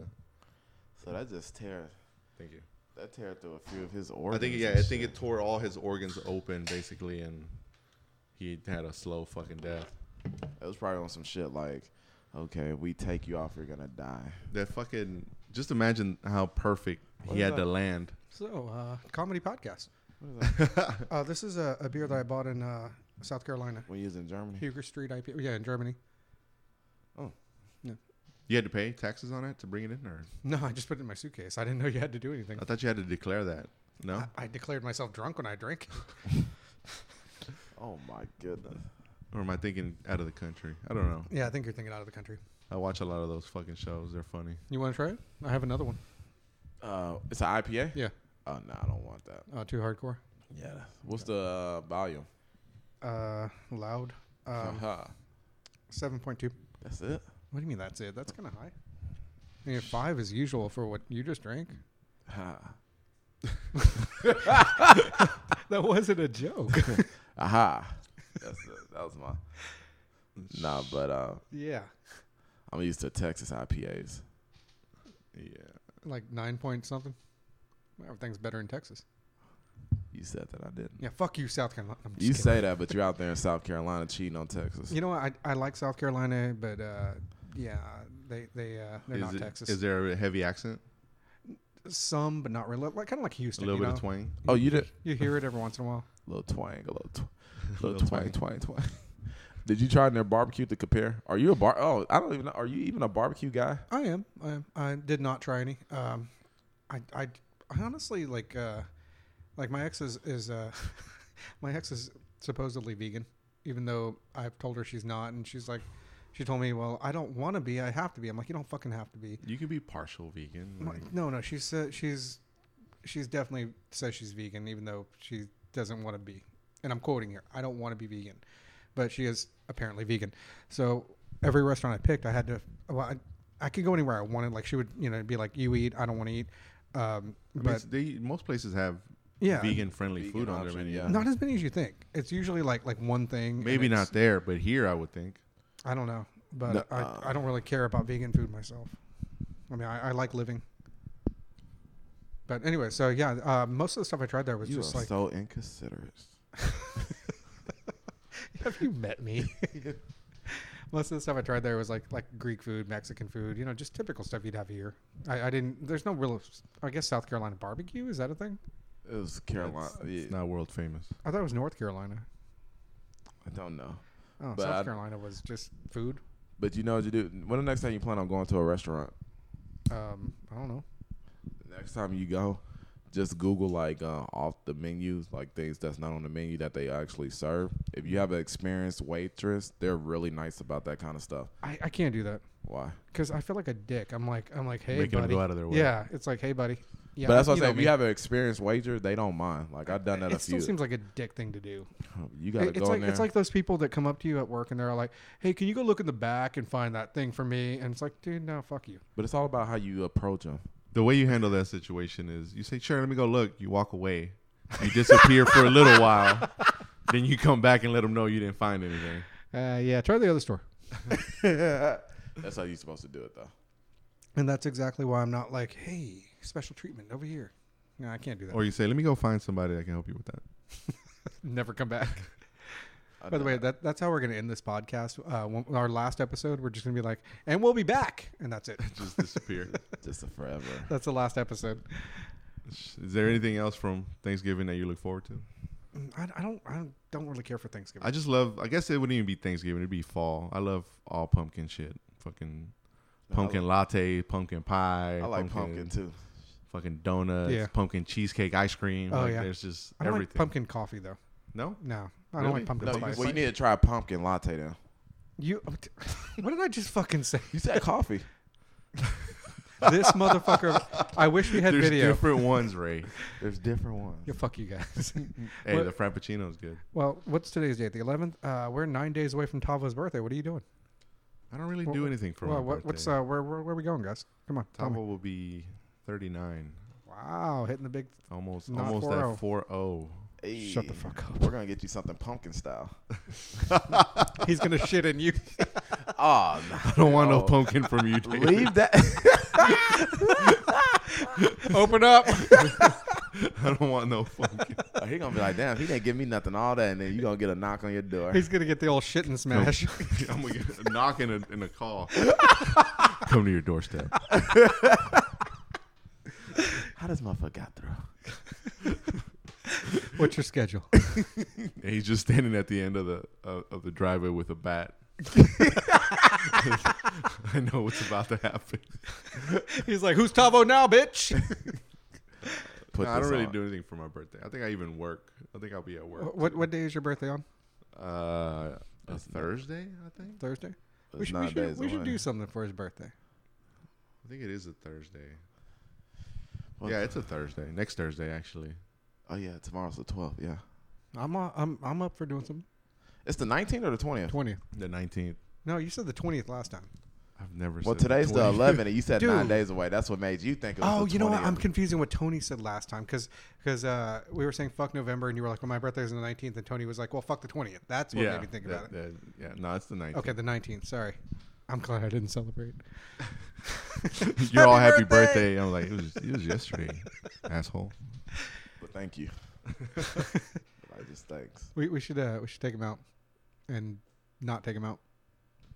so that just tear Thank you. that tear through a few of his organs. I think yeah, and I think shit. it tore all his organs open basically, and he had a slow fucking death. It was probably on some shit like, okay, we take you off, you're gonna die. That fucking. Just imagine how perfect What he is had to that? land. So, uh, comedy podcast. uh, this is a, a beer that I bought in uh, South Carolina, When you was in Germany, Huger Street IPA. Yeah, in Germany. You had to pay taxes on it to bring it in, or No, I just put it in my suitcase. I didn't know you had to do anything. I thought you had to declare that. No. I, I declared myself drunk when I drank. oh my goodness, Or am I thinking out of the country? I don't know. yeah, I think you're thinking out of the country. I watch a lot of those fucking shows. They're funny. You want to try it? I have another one. uh, it's an IPA. Yeah, Oh no, I don't want that. uh, too hardcore. Yeah, what's the uh, volume? Uh, loud. Um, Haha. Seven point two. That's it. What do you mean that's it? That's kind of high. I mean, five is usual for what you just drank. Ha. That wasn't a joke. Aha. That's it. That was my. Nah, but uh, yeah, I'm used to Texas IPAs. Yeah. like nine point something. Everything's better in Texas. You said that I didn't. Yeah, fuck you, South Carolina. I'm just You kidding. say that, but you're out there in South Carolina cheating on Texas. You know what? I, I like South Carolina, but uh, yeah, they they uh, they're is not it- Texas. Is there a heavy accent? Some, but not really. Like kind of like A Houston. little you bit know? of twang. Oh, you did You hear it every once in a while. little twang, a little, tw- Little little twang, twang, twang. Did you try their barbecue to compare? Are you a bar? Oh, I don't even know. Are you even a barbecue guy? I am. I am. I did not try any. Um, I, I, I honestly like, uh, like my ex is is uh, my ex is supposedly vegan, even though I've told her she's not, and she's like, she told me, well, I don't want to be. I have to be. I'm like, you don't fucking have to be. You can be partial vegan. I'm Like, like, no, no. She said she's she's definitely says she's vegan, even though she doesn't want to be. And I'm quoting here. I don't want to be vegan, but she is apparently vegan. So every restaurant I picked, I had to. Well, I, I could go anywhere I wanted. Like she would, you know, be like, "You eat. I don't want to eat." Um, I mean, but they, most places have Yeah. vegan friendly Vegan food on their option, menu. yeah. not as many as you think. It's usually like like one thing. and Maybe it's- not there, but here I would think. I don't know, but No, I, uh, I don't really care about vegan food myself. I mean, I, I like living. But anyway, so yeah, uh, most of the stuff I tried there was You are just like so inconsiderate. Have you met me? Most of the stuff I tried there was like like Greek food, Mexican food, you know, just typical stuff you'd have here. I, I didn't. There's no real. I guess South Carolina barbecue is that a thing? It was Carolina. yeah, It's not world famous. I thought it was North Carolina. I don't know. Oh, But South I- Carolina was just food. But you know what you do? When the next time you plan on going to a restaurant? Um, I don't know. The next time you go, just Google like uh, off the menus, like things that's not on the menu that they actually serve. If you have an experienced waitress, they're really nice about that kind of stuff. I, I can't do that Why? because I feel like a dick. I'm like I'm like hey Making them buddy. go out of their way. Yeah, it's like hey buddy. Yeah, but that's what you I'm know saying. If me. you have an experienced wager, they don't mind. Like I've done that a it few. still seems like a dick thing to do. you gotta It- it's go like in there. it's like those people that come up to you at work and they're like, "Hey, can you go look in the back and find that thing for me?" And it's like, "Dude, no, fuck you." but it's all about how you approach them. The way you handle that situation is you say, sure, let me go look. You walk away. You disappear for a little while. Then you come back and let them know you didn't find anything. Uh, yeah, try the other store. that's how you're supposed to do it, though. And that's exactly why I'm not like, "Hey, special treatment over here." No, I can't do that. Or you say, let me go find somebody that can help you with that. Never come back. I By the know. way, that, that's how we're going to end this podcast. Uh, when, our last episode, we're just going to be like, and we'll be back. And that's it. just disappear. just a forever. that's the last episode. Is there anything else from Thanksgiving that you look forward to? Mm, I, I don't I don't, don't really care for Thanksgiving. I just love. I guess it wouldn't even be Thanksgiving. It'd be fall. I love all pumpkin shit. Fucking No, I pumpkin latte, pumpkin pie. I like pumpkin too. Fucking donuts, Yeah. pumpkin cheesecake, ice cream. Oh, like, yeah. There's just I don't everything. like pumpkin coffee though. no. No, I Really? don't like pumpkin No, you, spice. well, you need to try a pumpkin latte then. you, what did I just fucking say? You said coffee. This motherfucker. I wish we had There's video. different ones, Ray. There's different ones. Yeah, fuck you guys. Hey, What- the frappuccino's good. well, what's today's date? The 11th. Uh, we're nine days away from Tava's birthday. What are you doing? I don't really Well, do anything for well, my what, birthday. what's uh, where, where where are we going, guys? Come on, tell me. Tavo will be 39, Wow, hitting the big. almost Not oh. almost 40. at oh. 40. Shut the fuck up. We're gonna get you something pumpkin style. He's gonna shit in you. Oh, I don't want no pumpkin from you. no. David. leave that. Open up. I don't want no pumpkin. Oh, he gonna be like, damn, he didn't give me nothing, all that, and then you gonna get a knock on your door. He's gonna get the old shit and smash. I'm gonna get a knock and a, and a call. Come to your doorstep. How does motherfucker got through? What's your schedule? And he's just standing at the end of the of of the driveway with a bat. I know what's about to happen. He's like, who's Tavo now, bitch? Put No, I don't this really on. do anything for my birthday. I think I even work. I think I'll be at work. Uh, what what day is your birthday on? Uh, a That's not- Thursday, I think. Thursday. We It's should, we nine should, days we should away. do something for his birthday. I think it is a Thursday. Well, yeah, it's a Thursday. Next Thursday, actually. Oh yeah, tomorrow's the 12th. Yeah, I'm uh, I'm I'm up for doing something. it's the 19th or the 20th. Twentieth. The nineteenth. No, you said the twentieth last time. I've never. Well, said today's the 20th. 11th, and you said nine Dude. days away. That's what made you think. It was Oh, the you know what? 20th. I'm confusing what Tony said last time because uh, we were saying fuck November and you were like, well, my birthday's on the 19th, and Tony was like, well, fuck the 20th. That's what made me think about it. that- that- yeah, no, it's the nineteenth. Okay, the 19th. Sorry, I'm glad I didn't celebrate. You're all happy birthday. I'm like, it was, it was yesterday, asshole. But thank you. I just thanks. We, we should uh, we should take him out and not take him out.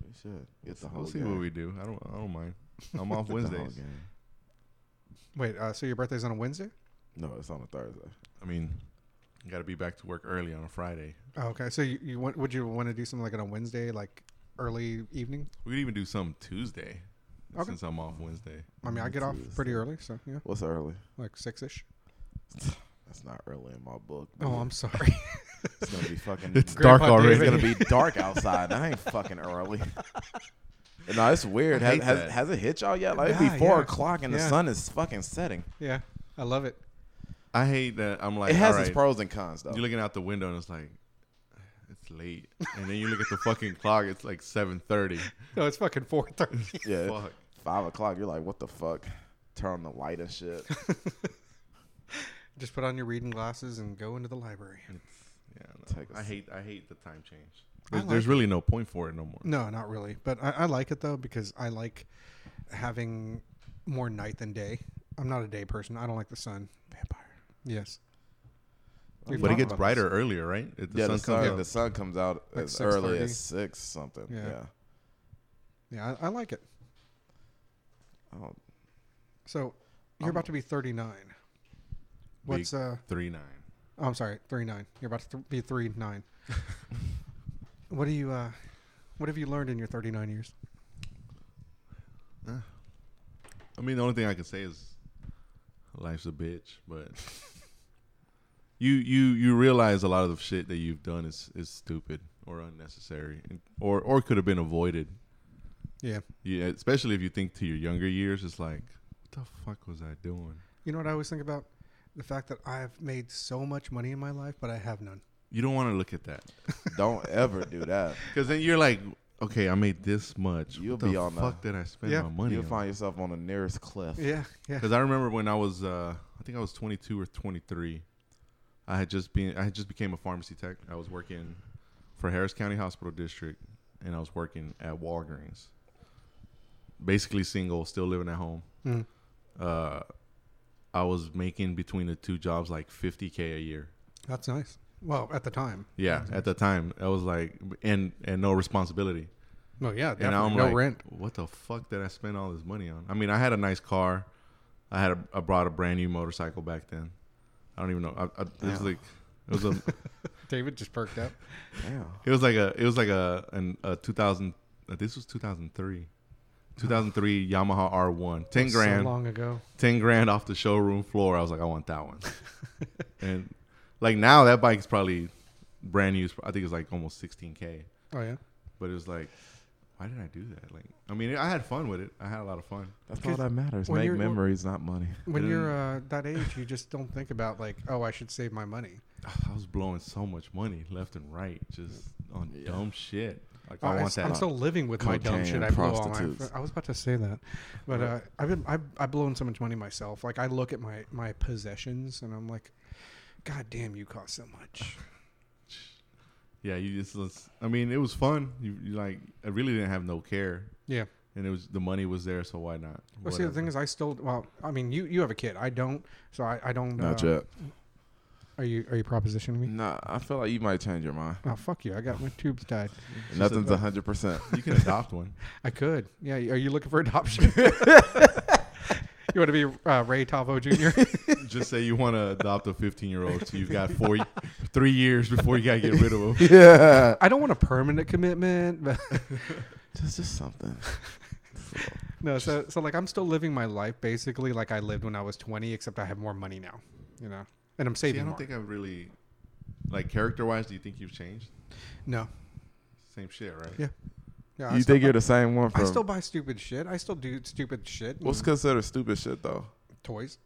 We should get the whole. We'll see game. what we do. I don't. I don't mind. I'm off Get the whole Wednesdays. game. Wait, uh, so your birthday's on a Wednesday? No, it's on a Thursday. I mean, got to be back to work early on a Friday. Oh, okay, so you, you want, would you want to do something like on a Wednesday, like early evening? We could even do some Tuesday, Okay. since I'm off Wednesday. I mean, I get off pretty early, so yeah, What's early? like six ish. That's not early in my book. Oh, I'm sorry. It's gonna be fucking. It's Grandpa dark already. It's David. gonna be dark outside. That ain't fucking early. No, it's weird. I Has, hate has, that. has it hit y'all yet? Like it'd Yeah, be four yeah. o'clock and Yeah. the sun is fucking setting. yeah, I love it. I hate that. I'm like, it has all its right, pros and cons though. You're looking out the window and it's like, it's late, and then you look at the fucking clock. It's like 7:30. No, it's fucking four thirty. yeah, Fuck. five o'clock. You're like, what the fuck? Turn on the light and shit. Just put on your reading glasses and go into the library. Yeah, no. Take a I s- hate. I hate the time change. I There's, there's like really no point for it no more. No, not really. But I, I like it though because I like having more night than day. I'm not a day person. I don't like the sun. Vampire. Yes. We've But it talked gets about brighter earlier, right? It, the yeah, sun the sun, comes the up. sun comes out Like as early 6:30. as six something. Yeah. Yeah. this. Yeah, I, I like it. I don't- So you're about to be 39. What's uh? Three nine. Oh, I'm sorry, 39. You're about to th- be 39. what do you uh? What have you learned in your 39 years? I mean, the only thing I can say is life's a bitch, but you you you realize a lot of the shit that you've done is is stupid or unnecessary, and, or or could have been avoided. Yeah. Yeah, especially if you think to your younger years, it's like, what the fuck was I doing? You know what I always think about? The fact that I've made so much money in my life, but I have none. You don't want to look at that don't ever do that. because then you're like, okay, I made this much. You'll what the be on the- fuck did I spend Yeah. my money? You'll on? find yourself on the nearest cliff. Yeah, yeah. Because I remember when I was, uh, I think I was 22 or 23. I had just been, I had just became a pharmacy tech. I was working for Harris County Hospital District, and I was working at Walgreens. Basically single, still living at home. Mm. Uh, I was making between the two jobs like 50k a year. That's nice. Well, at the time. Yeah, at the time, I was like, and and no responsibility. No, yeah, definitely. And I'm no like, rent. what the fuck did I spend all this money on? I mean, I had a nice car. I had a, I brought a brand new motorcycle back then. I don't even know. I, I, it was like it was a David just perked up. Damn. it was like a it was like a an a 2000. uh, This was 2003. 2003 Yamaha R1, 10 grand, So long ago. 10 grand off the showroom floor. I was like, I want that one. and like now, that bike's probably brand new. It's- I think it's like almost 16k. Oh yeah. But it was like, why did I do that? Like, I mean, I had fun with it. I had a lot of fun. That's all Because that matters. when Make you're- memories, not money. Mm. When Didn't- you're uh, that age, you just don't think about like, oh, I should save my money. I was blowing so much money left and right just on Yeah. uh, dumb shit. Uh, Like, Oh, I I want that. am still living with my dumb Cocaine shit. and I blew all my. prostitutes. I was about to say that, but uh, I've been I've, I've blown so much money myself. Like I look at my my possessions and I'm like, God damn, you cost so much. yeah, you just. let's- I mean, it was fun. You, you like, I really didn't have no care, Yeah. and it was the money was there, so why not? Well, see, the Whatever. thing is, I still. Well, I mean, you you have a kid. I don't. So I I don't. Not uh, yet. Are you are you propositioning me? Nah, I feel like you might change your mind. Oh fuck you! I got my tubes tied. Nothing's hundred percent. uh, you can adopt one. I could. Yeah. Are you looking for adoption? you want to be uh, Ray Tavo Jr. Just say you want to adopt a 15 year old, so you've got four, three years before you gotta get rid of them. Yeah, I don't want a permanent commitment, but just just something. no. So so like I'm still living my life basically like I lived when I was 20, except I have more money now. You know, and I'm See, I saving. don't more. think I've really, like, character wise. Do you think you've changed? no. Same shit, right? Yeah. Yeah. I you still think you're buy- the same one I from? still buy stupid shit. I still do stupid shit. what's and considered stupid shit though? toys?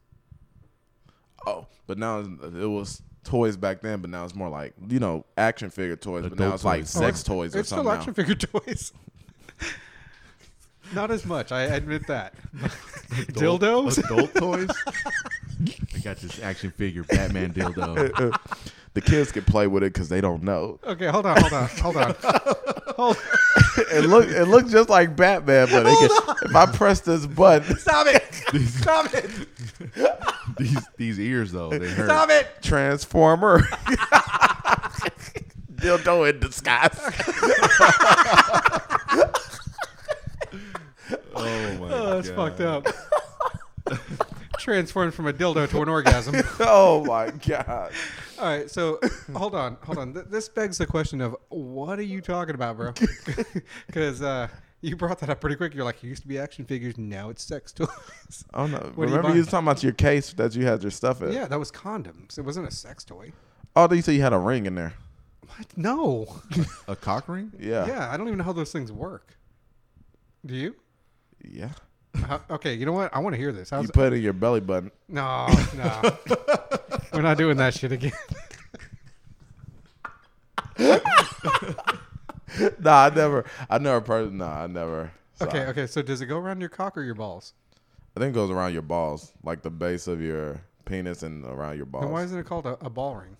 Oh, but now it was toys back then, but now it's more like you know action figure toys. but now Adult it's like toys. sex Oh, toys or it's something. still action figure toys. Not as much, I admit that. Adult- Dildos? adult toys. I got this action figure Batman dildo. now. the kids can play with it because they don't know. Okay, hold on, hold on, hold on. Hold, It look it looked just like Batman, but it can, if I press this button, stop it! Stop it! these these ears though, they hurt. Stop it! transformer. Dildo in disguise. Oh my Oh, that's fucked up. Transformed from a dildo to an orgasm. oh my god. All right, so hold on, hold on. Th- This begs the question of what are you talking about, bro? Because uh, you brought that up pretty quick. You're like, it used to be action figures, now it's sex toys. I don't know. What do you Remember buy? you, was talking about your case that you had your stuff in. yeah, that was condoms. It wasn't a sex toy. Oh, you said you had a ring in there. What? No. A cock ring? Yeah. yeah, I don't even know how those things work. Do you? Yeah. How- okay, you know what? I want to hear this. How's, You put it in your belly button. No, no. We're not doing that shit again. nah, I never. I never. Per- nah, I never. Sorry. Okay, okay. So does it go around your cock or your balls? I think it goes around your balls, like the base of your penis and around your balls. Then why isn't it called a, a ball ring?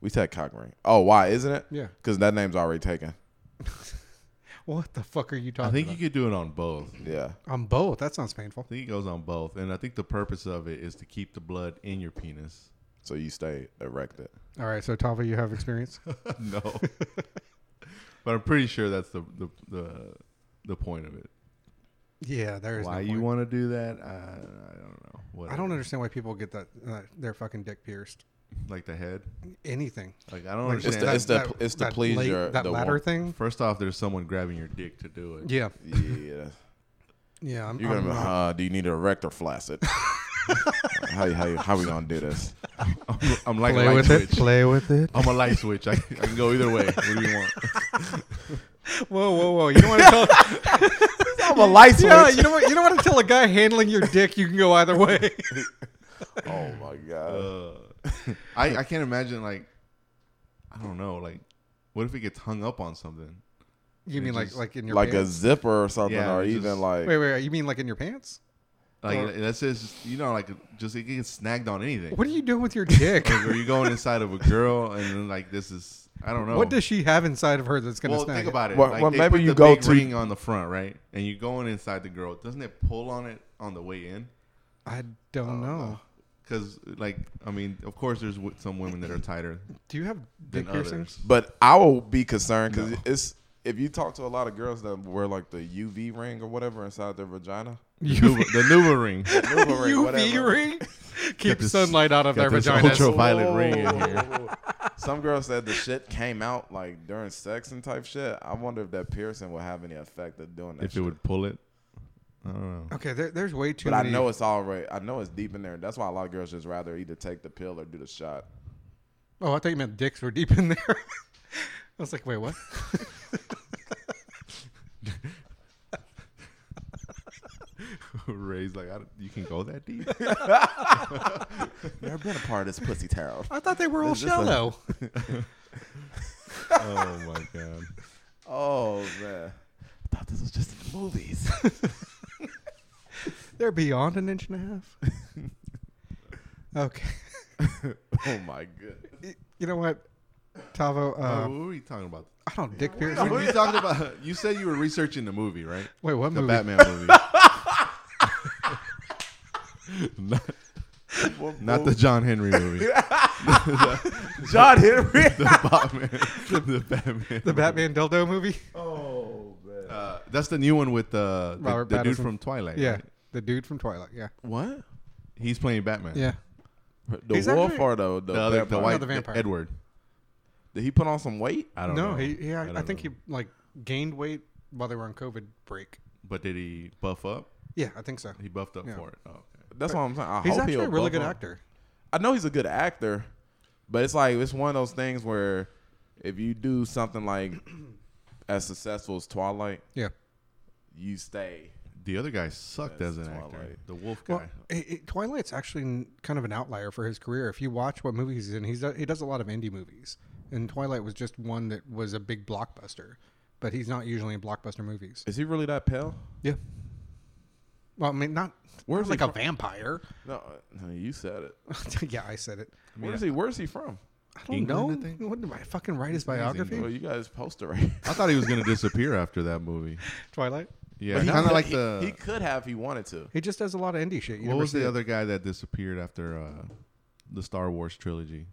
we said cock ring. Oh, why isn't it? Yeah. Because that name's already taken. What the fuck are you talking I think you about? could do it on both. Yeah. on both. That sounds painful. I think it goes on both, and I think the purpose of it is to keep the blood in your penis. So you stay erected. All right, so Tava, you have experience. no, but I'm pretty sure that's the the the, the point of it. yeah, there is. Why no you point. want to do that? I, I don't know. What I don't understand why people get that uh, their fucking dick pierced. like the head. Anything. Like I don't Like, It's understand. the- it's the- it's to please your- that the ladder one- thing. First off, there's someone grabbing your dick to do it. Yeah, Yeah. yeah. I'm, You're gonna. I'm be like, not- Uh, do you need an erect or flaccid? how how how we gonna do this? I'm, I'm like a play light with it. switch. Play with it. I'm a light switch. I, I can go either way. What do you want? Whoa, whoa, whoa! You don't want to tell. I'm a light yeah, you don't. want- You don't want to tell a guy handling your dick you can go either way. Oh my god. Uh, I, I can't imagine like I don't know like what if it gets hung up on something? You It mean like just- like in your like a pants? zipper or something, Yeah, or it even just- like wait, wait. You mean like in your pants? Like Or- that says just, you know like just it gets snagged on anything. What are you doing with your dick? Like, are you going inside of a girl and then like this is I don't know. What does she have inside of her that's gonna well snag think it? about it. Well- like, well, they maybe put you the go big to- ring on the front right, and you're going inside the girl. Doesn't it pull on it on the way in? Oh, I don't know. Because, Uh, like, I mean, of course, there's w- some women that are tighter Do you have than dick piercings? others. But I will be concerned because it's if you talk to a lot of girls that wear like the UV ring or whatever inside their vagina. The Nuva, the Nuva ring. Nuva ring, UV whatever. ring keep this- sunlight out of got their this vaginas. ultra- Ultraviolet ring in here. Some girls said the shit came out like during sex and type shit. I wonder if that piercing will have any effect of doing that. If it shit. would pull it. I don't know. Okay, there, there's way too but I many. know it's all right. I know it's deep in there. That's why a lot of girls just rather either take the pill or do the shot. oh, I thought you meant dicks were deep in there. I was like, wait, what? Ray's like, I don't- you can go that deep? Never been a part of this pussy tarot. I thought they were all Is this a- shallow. oh, my God. Oh man, I thought this was just in the movies. They're beyond an inch and a half. okay, oh my goodness. Y- you know what, Tavo? Uh, Uh, what were you talking about? I don't dick When piercing. you talked about, you said you were researching the movie, right? Wait, what the movie? Batman movie. not, not the John Henry movie. John Henry. The Batman. The Batman. The Batman dildo movie? oh man. Uh, that's the new one with uh, the, Robert the dude Pattinson. from Twilight. Yeah, right? the dude from Twilight. Yeah, What? He's playing Batman. yeah. The He's wolf actually- or the the, The, other, the vampire? white the vampire. Edward. Did he put on some weight? I don't No, know. he. Yeah, don't I, think know. he like gained weight while they were on COVID break. But did he buff up? Yeah, I think so. He buffed up Yeah. for it. Oh, okay. That's what I'm saying. I He's hope actually he'll a really buff good up. actor. I know he's a good actor, but it's like it's one of those things where if you do something like as successful as Twilight, Yeah. you stay. The other guy sucked That's as an actor. Twilight. The wolf guy. Well, it, it- Twilight's actually n- kind of an outlier for his career. If you watch what movies he's in, he's he does a lot of indie movies, and Twilight was just one that was a big blockbuster. But he's not usually in blockbuster movies. Is he really that pale? Yeah. Well, I mean, not. Where's Where's like he a vampire? No, no, you said it. yeah, I said it. Where's he? Where's he from? I don't England, know. I think? What did I fucking write his I think he's biography? Well, you guys poster right. I thought he was going to disappear after that movie. Twilight. Yeah, But he kind of could- like he- the. He could have. He wanted to. He just does a lot of indie shit. You what never was see the it. other guy that disappeared after uh, the Star Wars trilogy?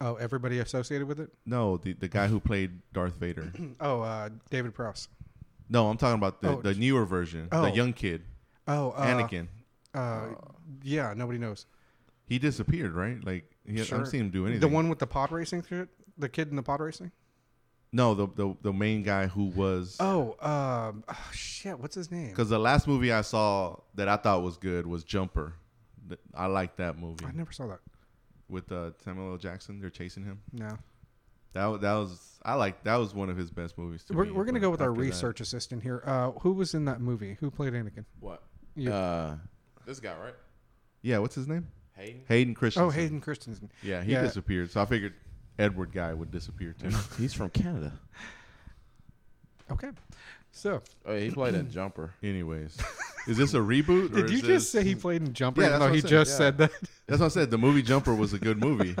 Oh, everybody associated with it. No, the, the guy who played Darth Vader. Oh, uh, David Prowse. No, I'm talking about the, Oh, the newer version, oh. the young kid, Oh, uh, Anakin. Uh, yeah, nobody knows. He disappeared, right? Like he, I Sure. don't see him do anything. The one with the pod racing shit? The kid in the pod racing? No, the the, the main guy who was Oh, um, oh, shit. What's his name? because the last movie I saw that I thought was good was Jumper. Th- I liked that movie I never saw that. with uh, Samuel L. Jackson. They're chasing him. No. That wa- that was I like that was one of his best movies. To We're, me, we're going to but go with our after that- research assistant here. Uh, who was in that movie? Who played Anakin? What? You- Uh, this guy, right? Yeah, what's his name? Hayden. Hayden Christensen. oh, Hayden Christensen. Yeah, he Yeah. disappeared. So I figured Edward guy would disappear too. He's from Canada. Okay. So, Oh, yeah, he played a jumper. Anyways, is this a reboot? or did is you this- just say he played in Jumper? Yeah, that's even though what he I said, just yeah. said that. That's what I said. The movie Jumper was a good movie.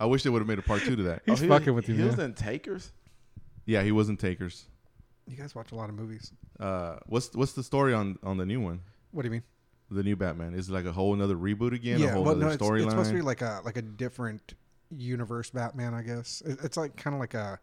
I wish they would have made a part two to that. He's Oh, he was- fucking with you, He was man. in Takers. Yeah, he wasn't takers. You guys watch a lot of movies. Uh, what's what's the story on on the new one? What do you mean? The new Batman is it like a whole another reboot again. a whole well, other no, it's, it's supposed to be storyline. like a like a different universe Batman, I guess. It, it's like kind of like a,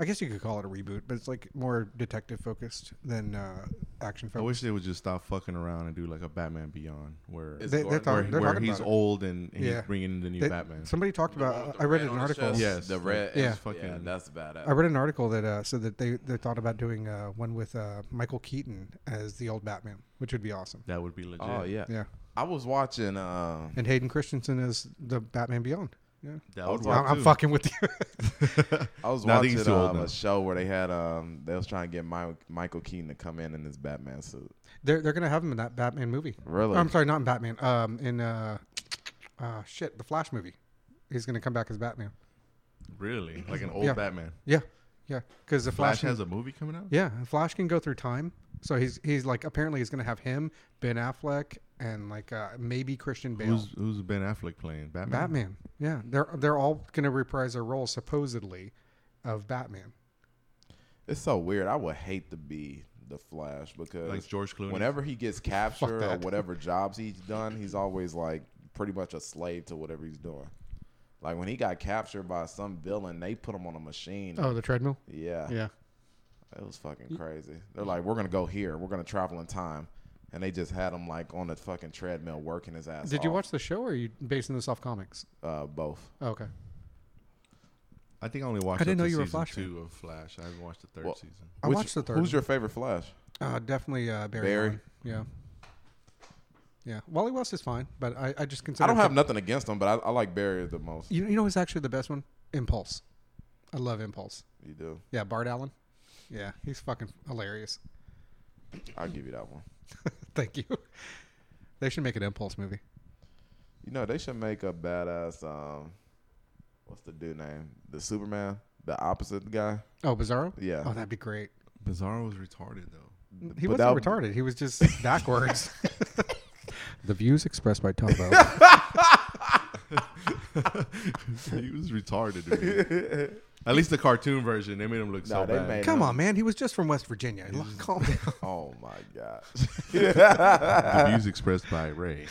I guess you could call it a reboot, but it's like more detective focused than uh, action I focused. wish they would just stop fucking around and do like a Batman Beyond where Is- they, they're Gordon- where, talking, they're where talking he's about it. old and, and Yeah. he's bringing in the new They- Batman. Somebody talked about. I read an article. chest. Yes. the red. Yeah. Yeah, Fucking- yeah, that's I badass. read an article that uh, said that they, they thought about doing uh, one with uh, Michael Keaton as the old Batman, which would be awesome. that would be legit. Oh yeah. Yeah, I was watching. Uh, and Hayden Christensen as the Batman Beyond. Yeah, that would I'm- work I'm, I'm too. fucking with you. I was Nah, I think watching he's too old um, now. a show where they had um, they was trying to get My- Michael Keaton to come in in his Batman suit. they're they're gonna have him in that Batman movie. Really? I'm sorry, not in Batman. Um, in uh, uh, shit, the Flash movie. He's gonna come back as Batman. Really, like an old Yeah. Batman. Yeah, yeah. Because the Flash Flash, has a movie coming out. yeah, and Flash can go through time. So he's he's like apparently he's gonna have him, Ben Affleck, and like uh, maybe Christian Bale. Who's who's Ben Affleck playing? Batman. Batman. Yeah, they're they're all gonna reprise their role supposedly of Batman. It's so weird. I would hate to be the Flash because Like George Clooney. whenever he gets captured or that. whatever jobs he's done, he's always like pretty much a slave to whatever he's doing. Like when he got captured by some villain, they put him on a machine. Oh, the treadmill. Yeah, Yeah. it was fucking crazy. They're like, we're gonna go here. We're gonna travel in time, and they just had him like on the fucking treadmill working his ass. Did you off. watch the show, or are you basing this off comics? uh, both? Oh, okay. I think I only watched. I didn't up know to you were a season Flash fan. two of Flash. I haven't watched the third Well, season. I Which- watched the third. Who's your favorite Flash? Uh, definitely uh, Barry. Barry? Allen. Yeah. Yeah. Wally West is fine, but I, I just consider. I don't him- have nothing against him, but I, I like Barry the most. You, you know who's actually the best one? Impulse. I love Impulse. You do. Yeah, Bart Allen. Yeah, he's fucking hilarious. I'll give you that one. Thank you. They should make an Impulse movie. You know, they should make a badass. Um, what's the dude name? The Superman, the opposite guy. Oh, Bizarro. Yeah. Oh, that'd be great. Bizarro was retarded though. He But wasn't that- retarded. He was just backwards. the views expressed by Tombo. he was retarded. dude. At least the cartoon version, they made him look Nah, so they bad. made- Come on, man. He was just from West Virginia. Calm down. Oh my god. the views expressed by Ray.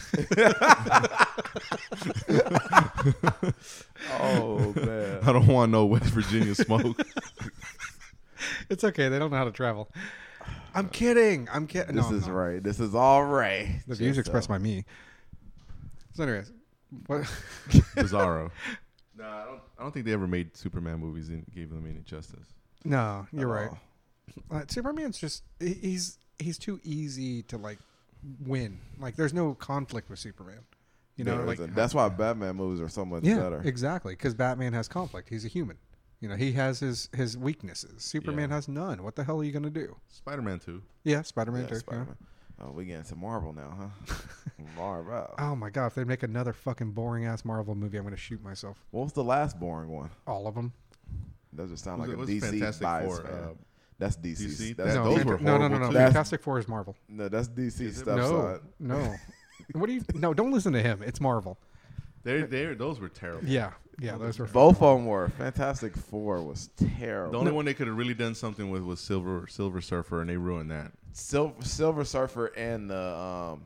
Oh man. I don't want no West Virginia smoke. It's okay. They don't know how to travel. I'm kidding. I'm kidding. This is Ray. This is all Ray. The views Just, expressed uh, by me. So, anyways, what? Bizarro. Nah, I don't. I don't think they ever made Superman movies and gave them any justice. no, you're at right. all. Uh, Superman's just he- he's he's too easy to like win. Like, there's no conflict with Superman. You know, There like isn't. that's why Batman movies are so much yeah, better. exactly. Because Batman has conflict. He's a human. You know, he has his his weaknesses. Superman Yeah. has none. What the hell are you gonna do? Spider-Man too. Yeah, Spider-Man. Yeah, too, yeah. Spider-Man. Oh, we getting to Marvel now, huh? Marvel. Oh my god! If they make another fucking boring ass Marvel movie, I'm gonna shoot myself. What was the last boring one? All of them. That just sound Was like it- a was DC Fantastic bias Four, fan. uh, that's DC. 's- DC? That's, No, Uh, those Fanta- were no, no, no, horrible, no. too. That's, Fantastic Four is Marvel. no, that's DC 's Is it- stuff. no, side. no. what do you? No, don't listen to him. It's Marvel. They, they, those were terrible. Yeah, yeah. Those were Both of them were. Fantastic Four was terrible. The only one they could have really done something with was Silver Silver Surfer, and they ruined that. Silver, Silver Surfer and the um,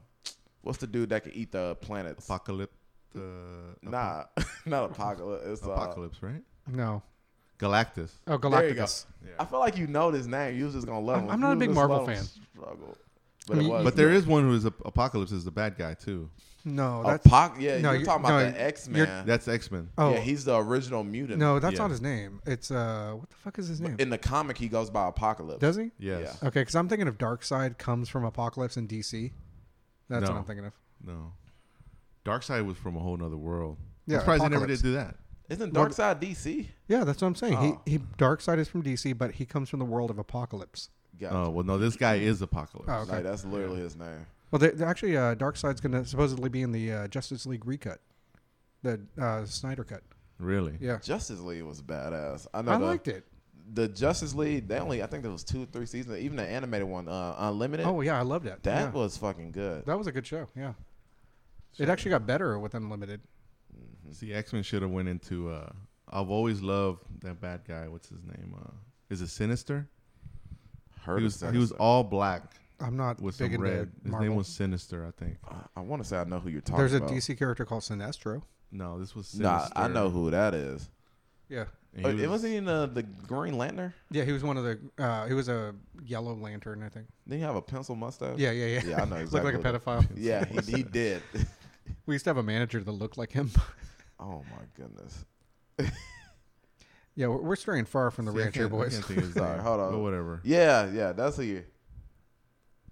what's the dude that can eat the planets? Apocalypse. Uh, nah, not apocalypse. It's, uh, Apocalypse, right? no. Galactus. Oh, There you go. Galactus. Yeah. I feel like you know this name. You was just gonna let I'm- him. I'm not a you big just Marvel let him fan. Struggle, I but, mean, it was But there is one who is a, Apocalypse is the bad guy too. No, that's Apoc- Oh, yeah, no, you're you- talking about no, the X you're- Man. That's X Men. oh yeah, he's the original mutant. no, that's yeah. not his name. It's uh, what the fuck is his name? in the comic he goes by Apocalypse. Does he? Yes. Okay, because I'm thinking of Dark Side comes from Apocalypse in DC. That's No. what I'm thinking of. No. Dark Side was from a whole nother world. Yeah, I'm surprised they never Apocalypse. did do that. Isn't Well, Darkseid DC? Yeah, that's what I'm saying. Oh. He he. Dark Side is from DC, but he comes from the world of Apocalypse. Gotcha. Oh well, no, this guy is Apocalypse. Oh, okay. Like, that's literally his name. Well, they they're actually, uh, Dark Side's going to supposedly be in the uh, Justice League recut, the uh, Snyder cut. Really? Yeah, Justice League was badass. I know. I the, liked it. the Justice League. They only I think there was two, three seasons. Even the animated one, uh, Unlimited. Oh yeah, I loved it. that Yeah. was fucking good. that was a good show. Yeah, it actually got better with Unlimited. See, X Men should have went into. Uh, I've always loved that bad guy. What's his name? Uh, is it Sinister? he Heard of was Sinister. he was all black I'm not with big some into red. His Marvel. name was Sinister, I think. I- I want to say I know who you're talking There's a about. DC character called Sinestro. No, this was Sinister. Nah, I know who that is. Yeah, And Uh, he It wasn't even uh, the Green Lantern. yeah, he was one of the. Uh, he was a Yellow Lantern, I think. Didn't he have a pencil mustache? Yeah, yeah, yeah. Uh, Yeah, I know Looked exactly like a what that- pedophile. Yeah, he, he did. We used to have a manager that looked like him. oh my goodness. yeah, we're, we're straying far from the See, I Rancher can't- I Boys. can't think of his Sorry, name, hold on. But whatever. Yeah, yeah, that's who you.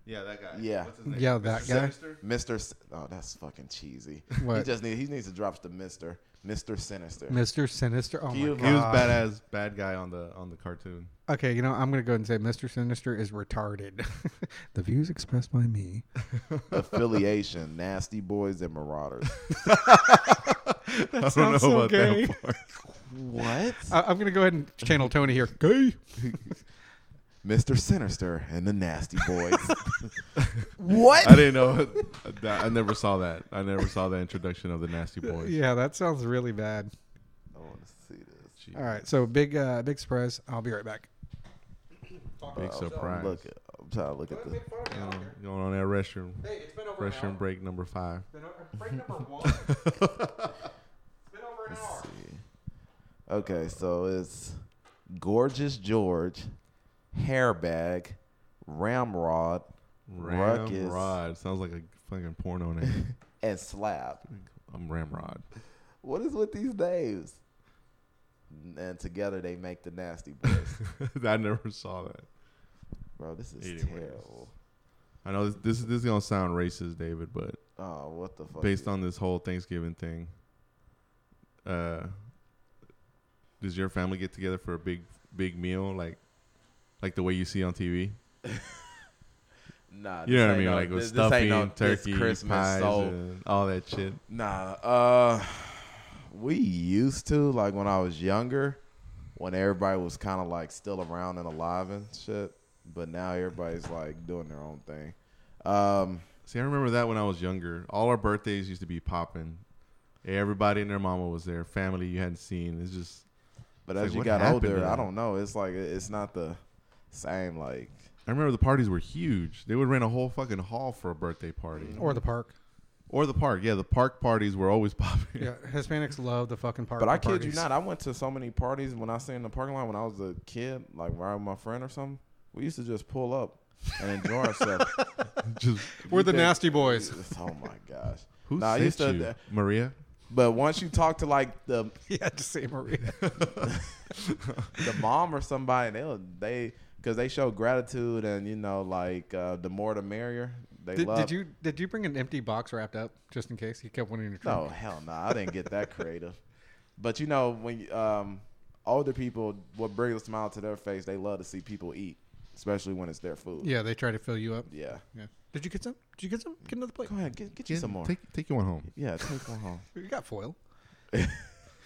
Yeah, that guy. Yeah. What's his name? Yeah, that Mr. guy. Sinister? Mr. S- oh, that's fucking cheesy. He What? just need, he needs to drop the Mister Mister Sinister. Mr. Sinister. Oh He my was- He was God. badass bad guy on the on the cartoon. Okay, you know, I'm going to go ahead and say Mr. Sinister is retarded. the views expressed by me. Affiliation: Nasty Boys and Marauders. I don't know sounds so about gay. that part. what? I, I'm going to go ahead and channel Tony here. Gay. Mister Sinister and the Nasty Boys. what? I didn't know. That, I never saw that. I never saw the introduction of the Nasty Boys. Yeah, that sounds really bad. I want to see this. Jeez, All right, so big, uh, big surprise. I'll be right back. Big surprise. Look, I'm trying to look at the. Going on that restroom. Hey, it's been over Restroom break number five. Been over, break number one. it's been over an hour. Okay, so it's Gorgeous George, Hairbag, Ramrod, Ruckus. Ramrod sounds like a fucking porno name. and Slab. I'm Ramrod. What is with these names? And together they make the nasty boys. I never saw that. Bro, this is Anyways. terrible. I know this this, this is gonna sound racist, David, but Oh, what the fuck? based on this whole Thanksgiving thing, uh, does your family get together for a big big meal like like the way you see on TV? nah, You this know what I ain't mean? no- like with this- this ain't stuffing, no- this turkey, Christmas pies, so- and all that shit. Nah, uh, we used to like when I was younger, when everybody was kind of like still around and alive and shit. But now everybody's like doing their own thing. Um, See, I remember that when I was younger. All our birthdays used to be popping. Everybody and their mama was there. Family you hadn't seen. It's just but It's as like, you what got happened to older, I them? don't know. It's like it- it's not the same. Like I remember the parties were huge. They would rent a whole fucking hall for a birthday party. Or, Or the park. the park. Yeah, the park parties were always popping. Yeah, Hispanics love the fucking park. But I and kid you parties. not, I went to so many parties when I stayed in the parking lot when I was a kid, like riding with my friend or something. We used to just pull up and enjoy ourselves. Just We're You the think- nasty boys. oh my gosh. who Nah, I sent used to- uh, you? Maria? But once you talk to like the yeah, to say Maria. the mom or somebody, they'll they because they show gratitude and you know like uh, the more the merrier. They Did, love. did you did you bring an empty box wrapped up just in case you kept one in your trunk? No, hell no. I didn't get that creative. But you know, when you- um, older people, what brings a smile to their face, they love to see people eat, especially when it's their food. Yeah, they try to fill you up. Yeah. Yeah. Did you get some? Did you get some? Get another plate. Go ahead, get, get you Yeah, some more. Take take you one home. yeah, take one home. You got foil.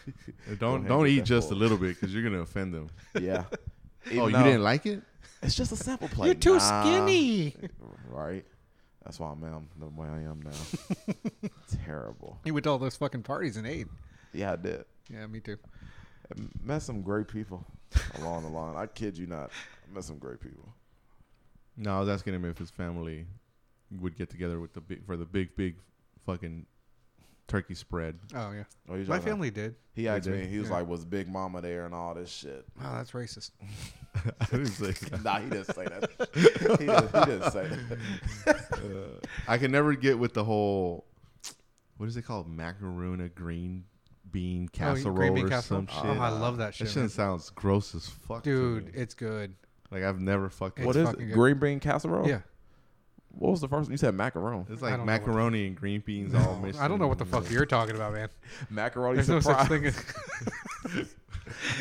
And ahead Don't and don't get eat that just a fork. little bit because you're gonna offend them. Yeah. Even oh, you though- didn't like it? It's just a sample plate. You're too Nah. skinny. Right. That's why I'm am the way I am now. Terrible. You went to all those fucking parties and ate. Yeah, I did. Yeah, me too. I met some great people along the line. I kid you not. I met some great people. No, I was asking him if his family would get together with the big for the big big fucking turkey spread. Oh yeah, Oh, my you talking about- family did. He asked did? me. He was Yeah. like, "Was Big Mama there and all this shit?" Wow, Oh, that's racist. I didn't say that. nah, he didn't say that. he, didn't, he didn't say that. I can never get with the whole what is it called? Macaroon green bean casserole or some Oh, shit. I love that That shit, shit sounds gross as fuck, to dude. me. It's good. Like I've never fucking. What What It's is it? is fucking good. green bean casserole? Yeah, What was the first? one? You said macaroni. It's I like don't know what the- macaroni and green beans all mixed. I don't know in. what the fuck you're talking about, man. Macaroni There's no surprise. such thing as.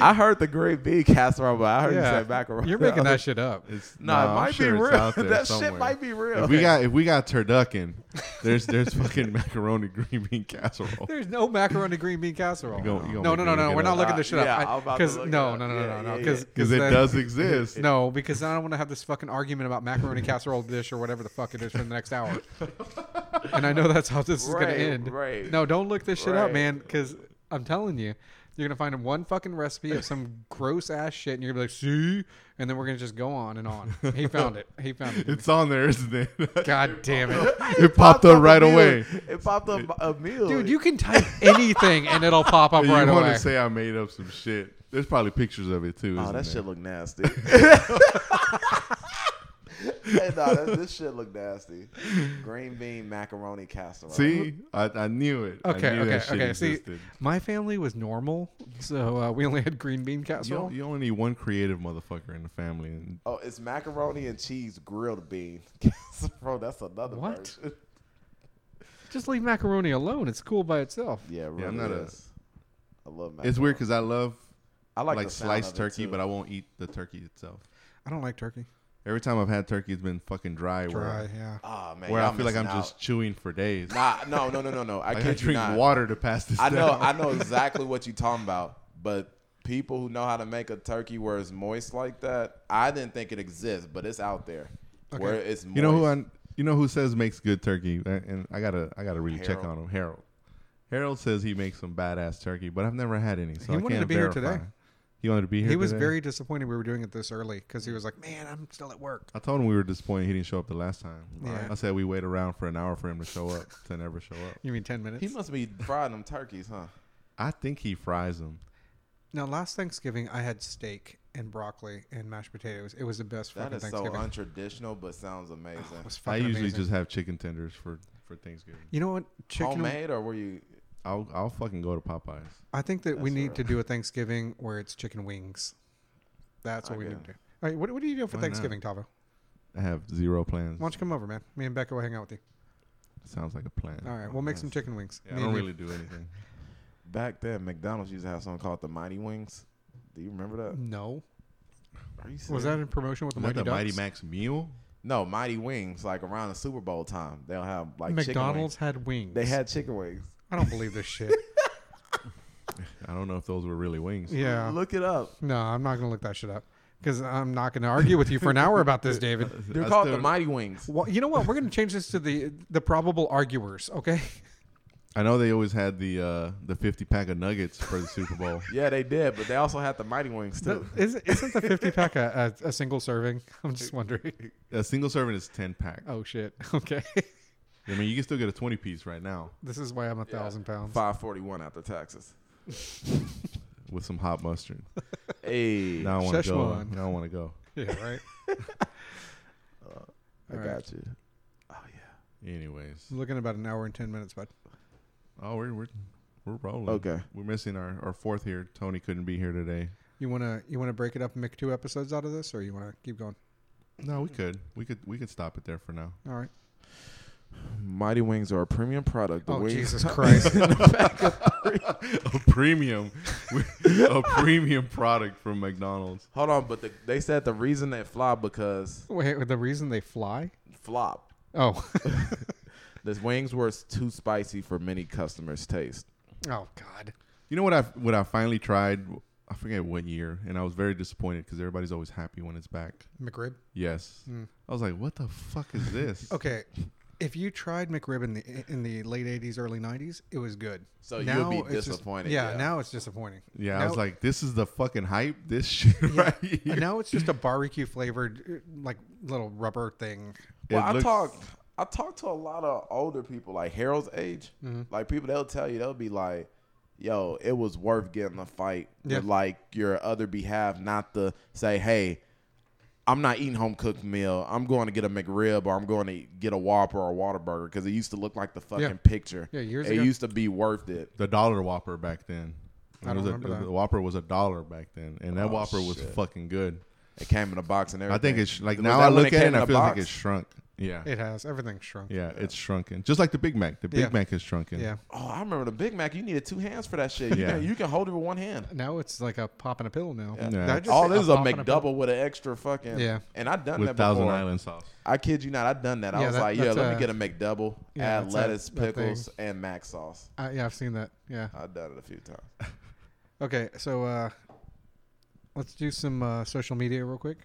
I heard the green bean casserole, but I heard you yeah, said macaroni. you're making that shit up. It's, Nah, it I'm might sure be it's real. out there that somewhere. shit might be real. If we got if we got turducken, there's there's fucking macaroni green bean casserole. There's no macaroni green bean casserole. You gon- you gon' no, no, make me no, no. look it We're not up. looking this shit Uh, yeah, I'm up. about to Because look it no, up. no, no, Yeah, no, no, yeah, because yeah. because it then- does exist. No, because then I don't want to have this fucking argument about macaroni casserole dish or whatever the fuck it is for the next hour. and I know that's how this is going Right, to end. right. No, don't look this shit up, Right. man, because I'm telling you, you're going to find one fucking recipe of some gross ass shit, and you're going to be like, see? And then we're going to just go on and on. He found it. He found it. It's on there, isn't it? God damn it. it popped up right away. immediately. It popped up immediately. Dude, you can type anything and it'll pop up You right want away. to say I made up some shit? There's probably pictures of it too. Oh, isn't that there? shit look nasty. hey, nah, that, this shit look nasty. Green bean macaroni casserole. See, I, I knew it. I Okay, knew okay, that shit okay. See, existed. my family was normal, so uh, we only had green bean you, casserole. you only need one creative motherfucker in the family. And Oh, it's macaroni and cheese grilled bean casserole. That's another What? version. Just leave macaroni alone. It's cool by itself. Yeah, it really Yeah, I'm not a- is. I love macaroni. it's weird because I love I like, like, the sound sliced of it, turkey, too. but I won't eat the turkey itself. I don't like turkey. Every time I've had turkey, it's been fucking dry. Dry, Where, yeah. Ah, man, where I y'all feel like I'm missing out. just chewing for days. nah, no, no, no, no, no. I Like, I can't drink not. water to pass this. I know, down. I know exactly what you're talking about. But people who know how to make a turkey where it's moist like that, I didn't think it exists, but it's out there. Where it's moist. You know who I? You know who says makes good turkey? Uh, And I gotta, I gotta really check Harold. on him. Harold. Harold says he makes some badass turkey, but I've never had any, so I He wanted can't to be here verify. today. He wanted to be here. He was today. very disappointed we were doing it this early because he was like, "Man, I'm still at work." I told him we were disappointed he didn't show up the last time. Yeah. I said we wait around for an hour for him to show up to never show up. You mean ten minutes? He must be frying them turkeys, huh? I think he fries them. Now, last Thanksgiving, I had steak and broccoli and mashed potatoes. It was the best That fucking is so Thanksgiving. untraditional, but sounds amazing. It was I fucking usually amazing. just have chicken tenders for for Thanksgiving. You know what? Chicken. Homemade or were you? I'll I'll fucking go to Popeyes. I think that we That's need all to do a Thanksgiving where it's chicken wings. That's what I we need get to do. All right, what, what do you do for Why not? Thanksgiving, Tavo? I have zero plans. Why don't you come over, man? Me and Becca will hang out with you. Sounds like a plan. All right, we'll make some chicken wings. Yeah, I Me and don't you. really do anything. Back then, McDonald's used to have something called the Mighty Wings. Do you remember that? No. Are you Was serious? that in promotion with the Is that Mighty the Mighty Ducks? Max meal? No, Mighty Wings. Like around the Super Bowl time, they'll have like Chicken wings. McDonald's had wings. They had chicken wings. I don't believe this shit. I don't know if those were really wings. yeah. Look it up. No, I'm not gonna look that shit up because I'm not gonna argue with you for an hour about this, David. They're I called still- the Mighty Wings. Well, you know what? We're gonna change this to the the probable arguers. Okay. I know they always had the uh, the fifty pack of nuggets for the Super Bowl. Yeah, they did, but they also had the Mighty Wings too. Isn't, isn't the 50 pack a, a, a single serving? I'm just wondering. A single serving is ten pack. Oh shit. Okay. I mean, you can still get a twenty piece right now This is why I'm a thousand pounds. Five forty one after taxes. with some hot mustard. Hey, Now I want to go. Szechuan. Now I want to go. Yeah. Right. Uh, I All got right. you. Oh, Anyways, I'm looking at about an hour and ten minutes, bud. oh, we're we're we're rolling. Okay. we're missing our, our fourth here. Tony couldn't be here today. You wanna you wanna break it up and make two episodes out of this, or you wanna keep going? No, we could we could we could stop it there for now. All right. Mighty Wings are a premium product. The oh wings- Jesus Christ. a premium, a premium product from McDonald's. Hold on, but the, they said the reason they flop because Wait, the reason they fly? flop. Oh. The wings were too spicy for many customers' taste. oh God. You know what I what I finally tried? I forget what year, and I was very disappointed because everybody's always happy when it's back. McRib. Yes, Mm. I was like, what the fuck is this? Okay, if you tried McRib in the in the late '80s, early '90s, it was good. So you'll Now be it's just- disappointed, yeah, yeah. now it's disappointing. Yeah, now, I was like, this is the fucking hype. This shit right here. and now it's just a barbecue flavored uh, like little rubber thing. Well, It I looks- talked I talked to a lot of older people, like Harold's age. Mm-hmm. Like people they'll tell you, they'll be like, yo, it was worth getting a fight Yeah. with like your other behalf, not to say, hey, I'm not eating home cooked meal. I'm going to get a McRib or I'm going to get a Whopper or a Whataburger because it used to look like the fucking picture. Yeah, years it ago. used to be worth it. the dollar Whopper back then. I It was don't a- remember that. The Whopper was a dollar back then, and that Whopper was fucking good. It came in a box and I everything. think it's like Was now that I when look came at it, in and I a feel like box? it's shrunk. Yeah. It has everything shrunk. yeah, it's shrunken, just like the Big Mac. The Big Yeah. Mac is shrunken. Yeah. Oh, I remember the Big Mac. You needed two hands for that shit. You, Yeah. can, you can hold it with one hand. Now it's like a pop and a pill now. Yeah. Did I just All say this is a pop and pill? McDouble with an extra fucking. Yeah. And I done with that Thousand before. Island sauce. I kid you not, I done that. I Yeah, was that- like, yeah, that's a- let me get a McDouble, Yeah, add that's a- lettuce, that thing. pickles, and mac sauce. I, Uh, yeah, I've seen that. Yeah. I done it a few times. Okay, so uh, let's do some uh, social media real quick.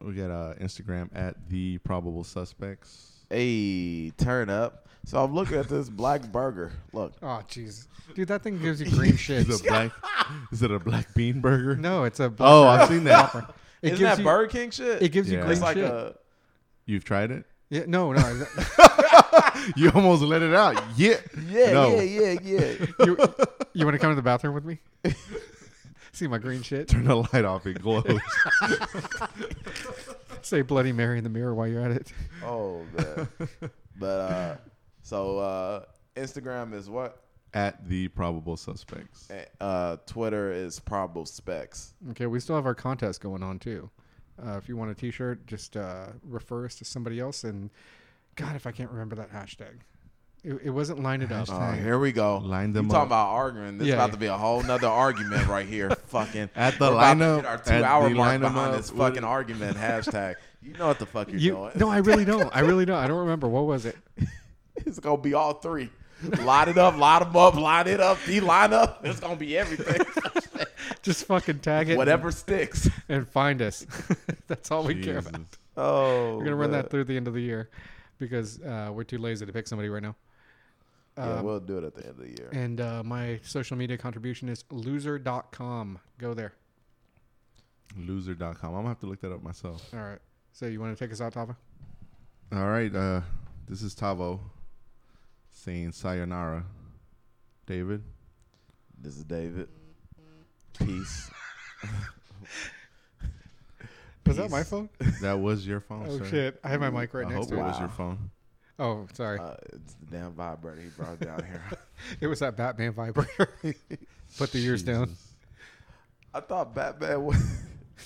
We got uh, Instagram at the probable suspects. Hey, turn up. So I'm looking at this black burger. Look, Oh jeez, dude, that thing gives you green Is shits. it a black? is it a black bean burger? no, it's a Oh, I've seen that. It isn't gives that you, Burger King shit? It gives you Yeah. green it's like shit. a. You've tried it? yeah, no, no. You almost let it out. Yeah. Yeah, No. yeah, yeah, yeah. you, you want to come to the bathroom with me? See my green shit. Turn the light off. It glows. Say Bloody Mary in the mirror while you're at it. oh man. But uh, so uh, Instagram is what? at the probable suspects. Uh, Twitter is probable specs. Okay, we still have our contest going on too. Uh, if you want a T-shirt, just uh, refer us to somebody else. And God, if I can't remember that hashtag, it, it wasn't lined it up. Oh, here we go. Line them you talking up. about arguing. This Yeah, about yeah. to be a whole nother argument right here. Fucking At the we're about to lineup- hit our at two hour the mark lineup behind up this with- fucking argument hashtag. You know what the fuck you're You, doing. no, I really don't. I really don't. I don't remember what was it. It's gonna be all three. Line it up, line them up, line it up, the line up. It's gonna be everything. Just fucking tag it, Whatever sticks. and, and find us. That's all we care Jesus. about. Oh, We're gonna run that through the end of the year because uh, we're too lazy to pick somebody right now. yeah, Um, we'll do it at the end of the year. and uh, my social media contribution is loser.com. Go there. Loser.com. I'm gonna have to look that up myself. All right. So you want to take us out, Tava? All right, uh, this is Tavo saying sayonara. David, This is David. Peace. Was that my Peace. phone? that was your phone, Oh sir. shit! I have my mic right I hope next to it it. was your Wow. phone. Oh, sorry. Uh, it's the damn vibrator he brought down here. it was that Batman vibrator. Put the ears down. I thought Batman was,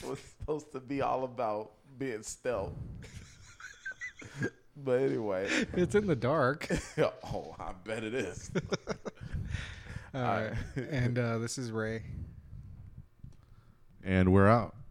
was supposed to be all about being stealth. but anyway, It's in the dark. oh, I bet it is. Uh, and uh, this is Ray. And we're out.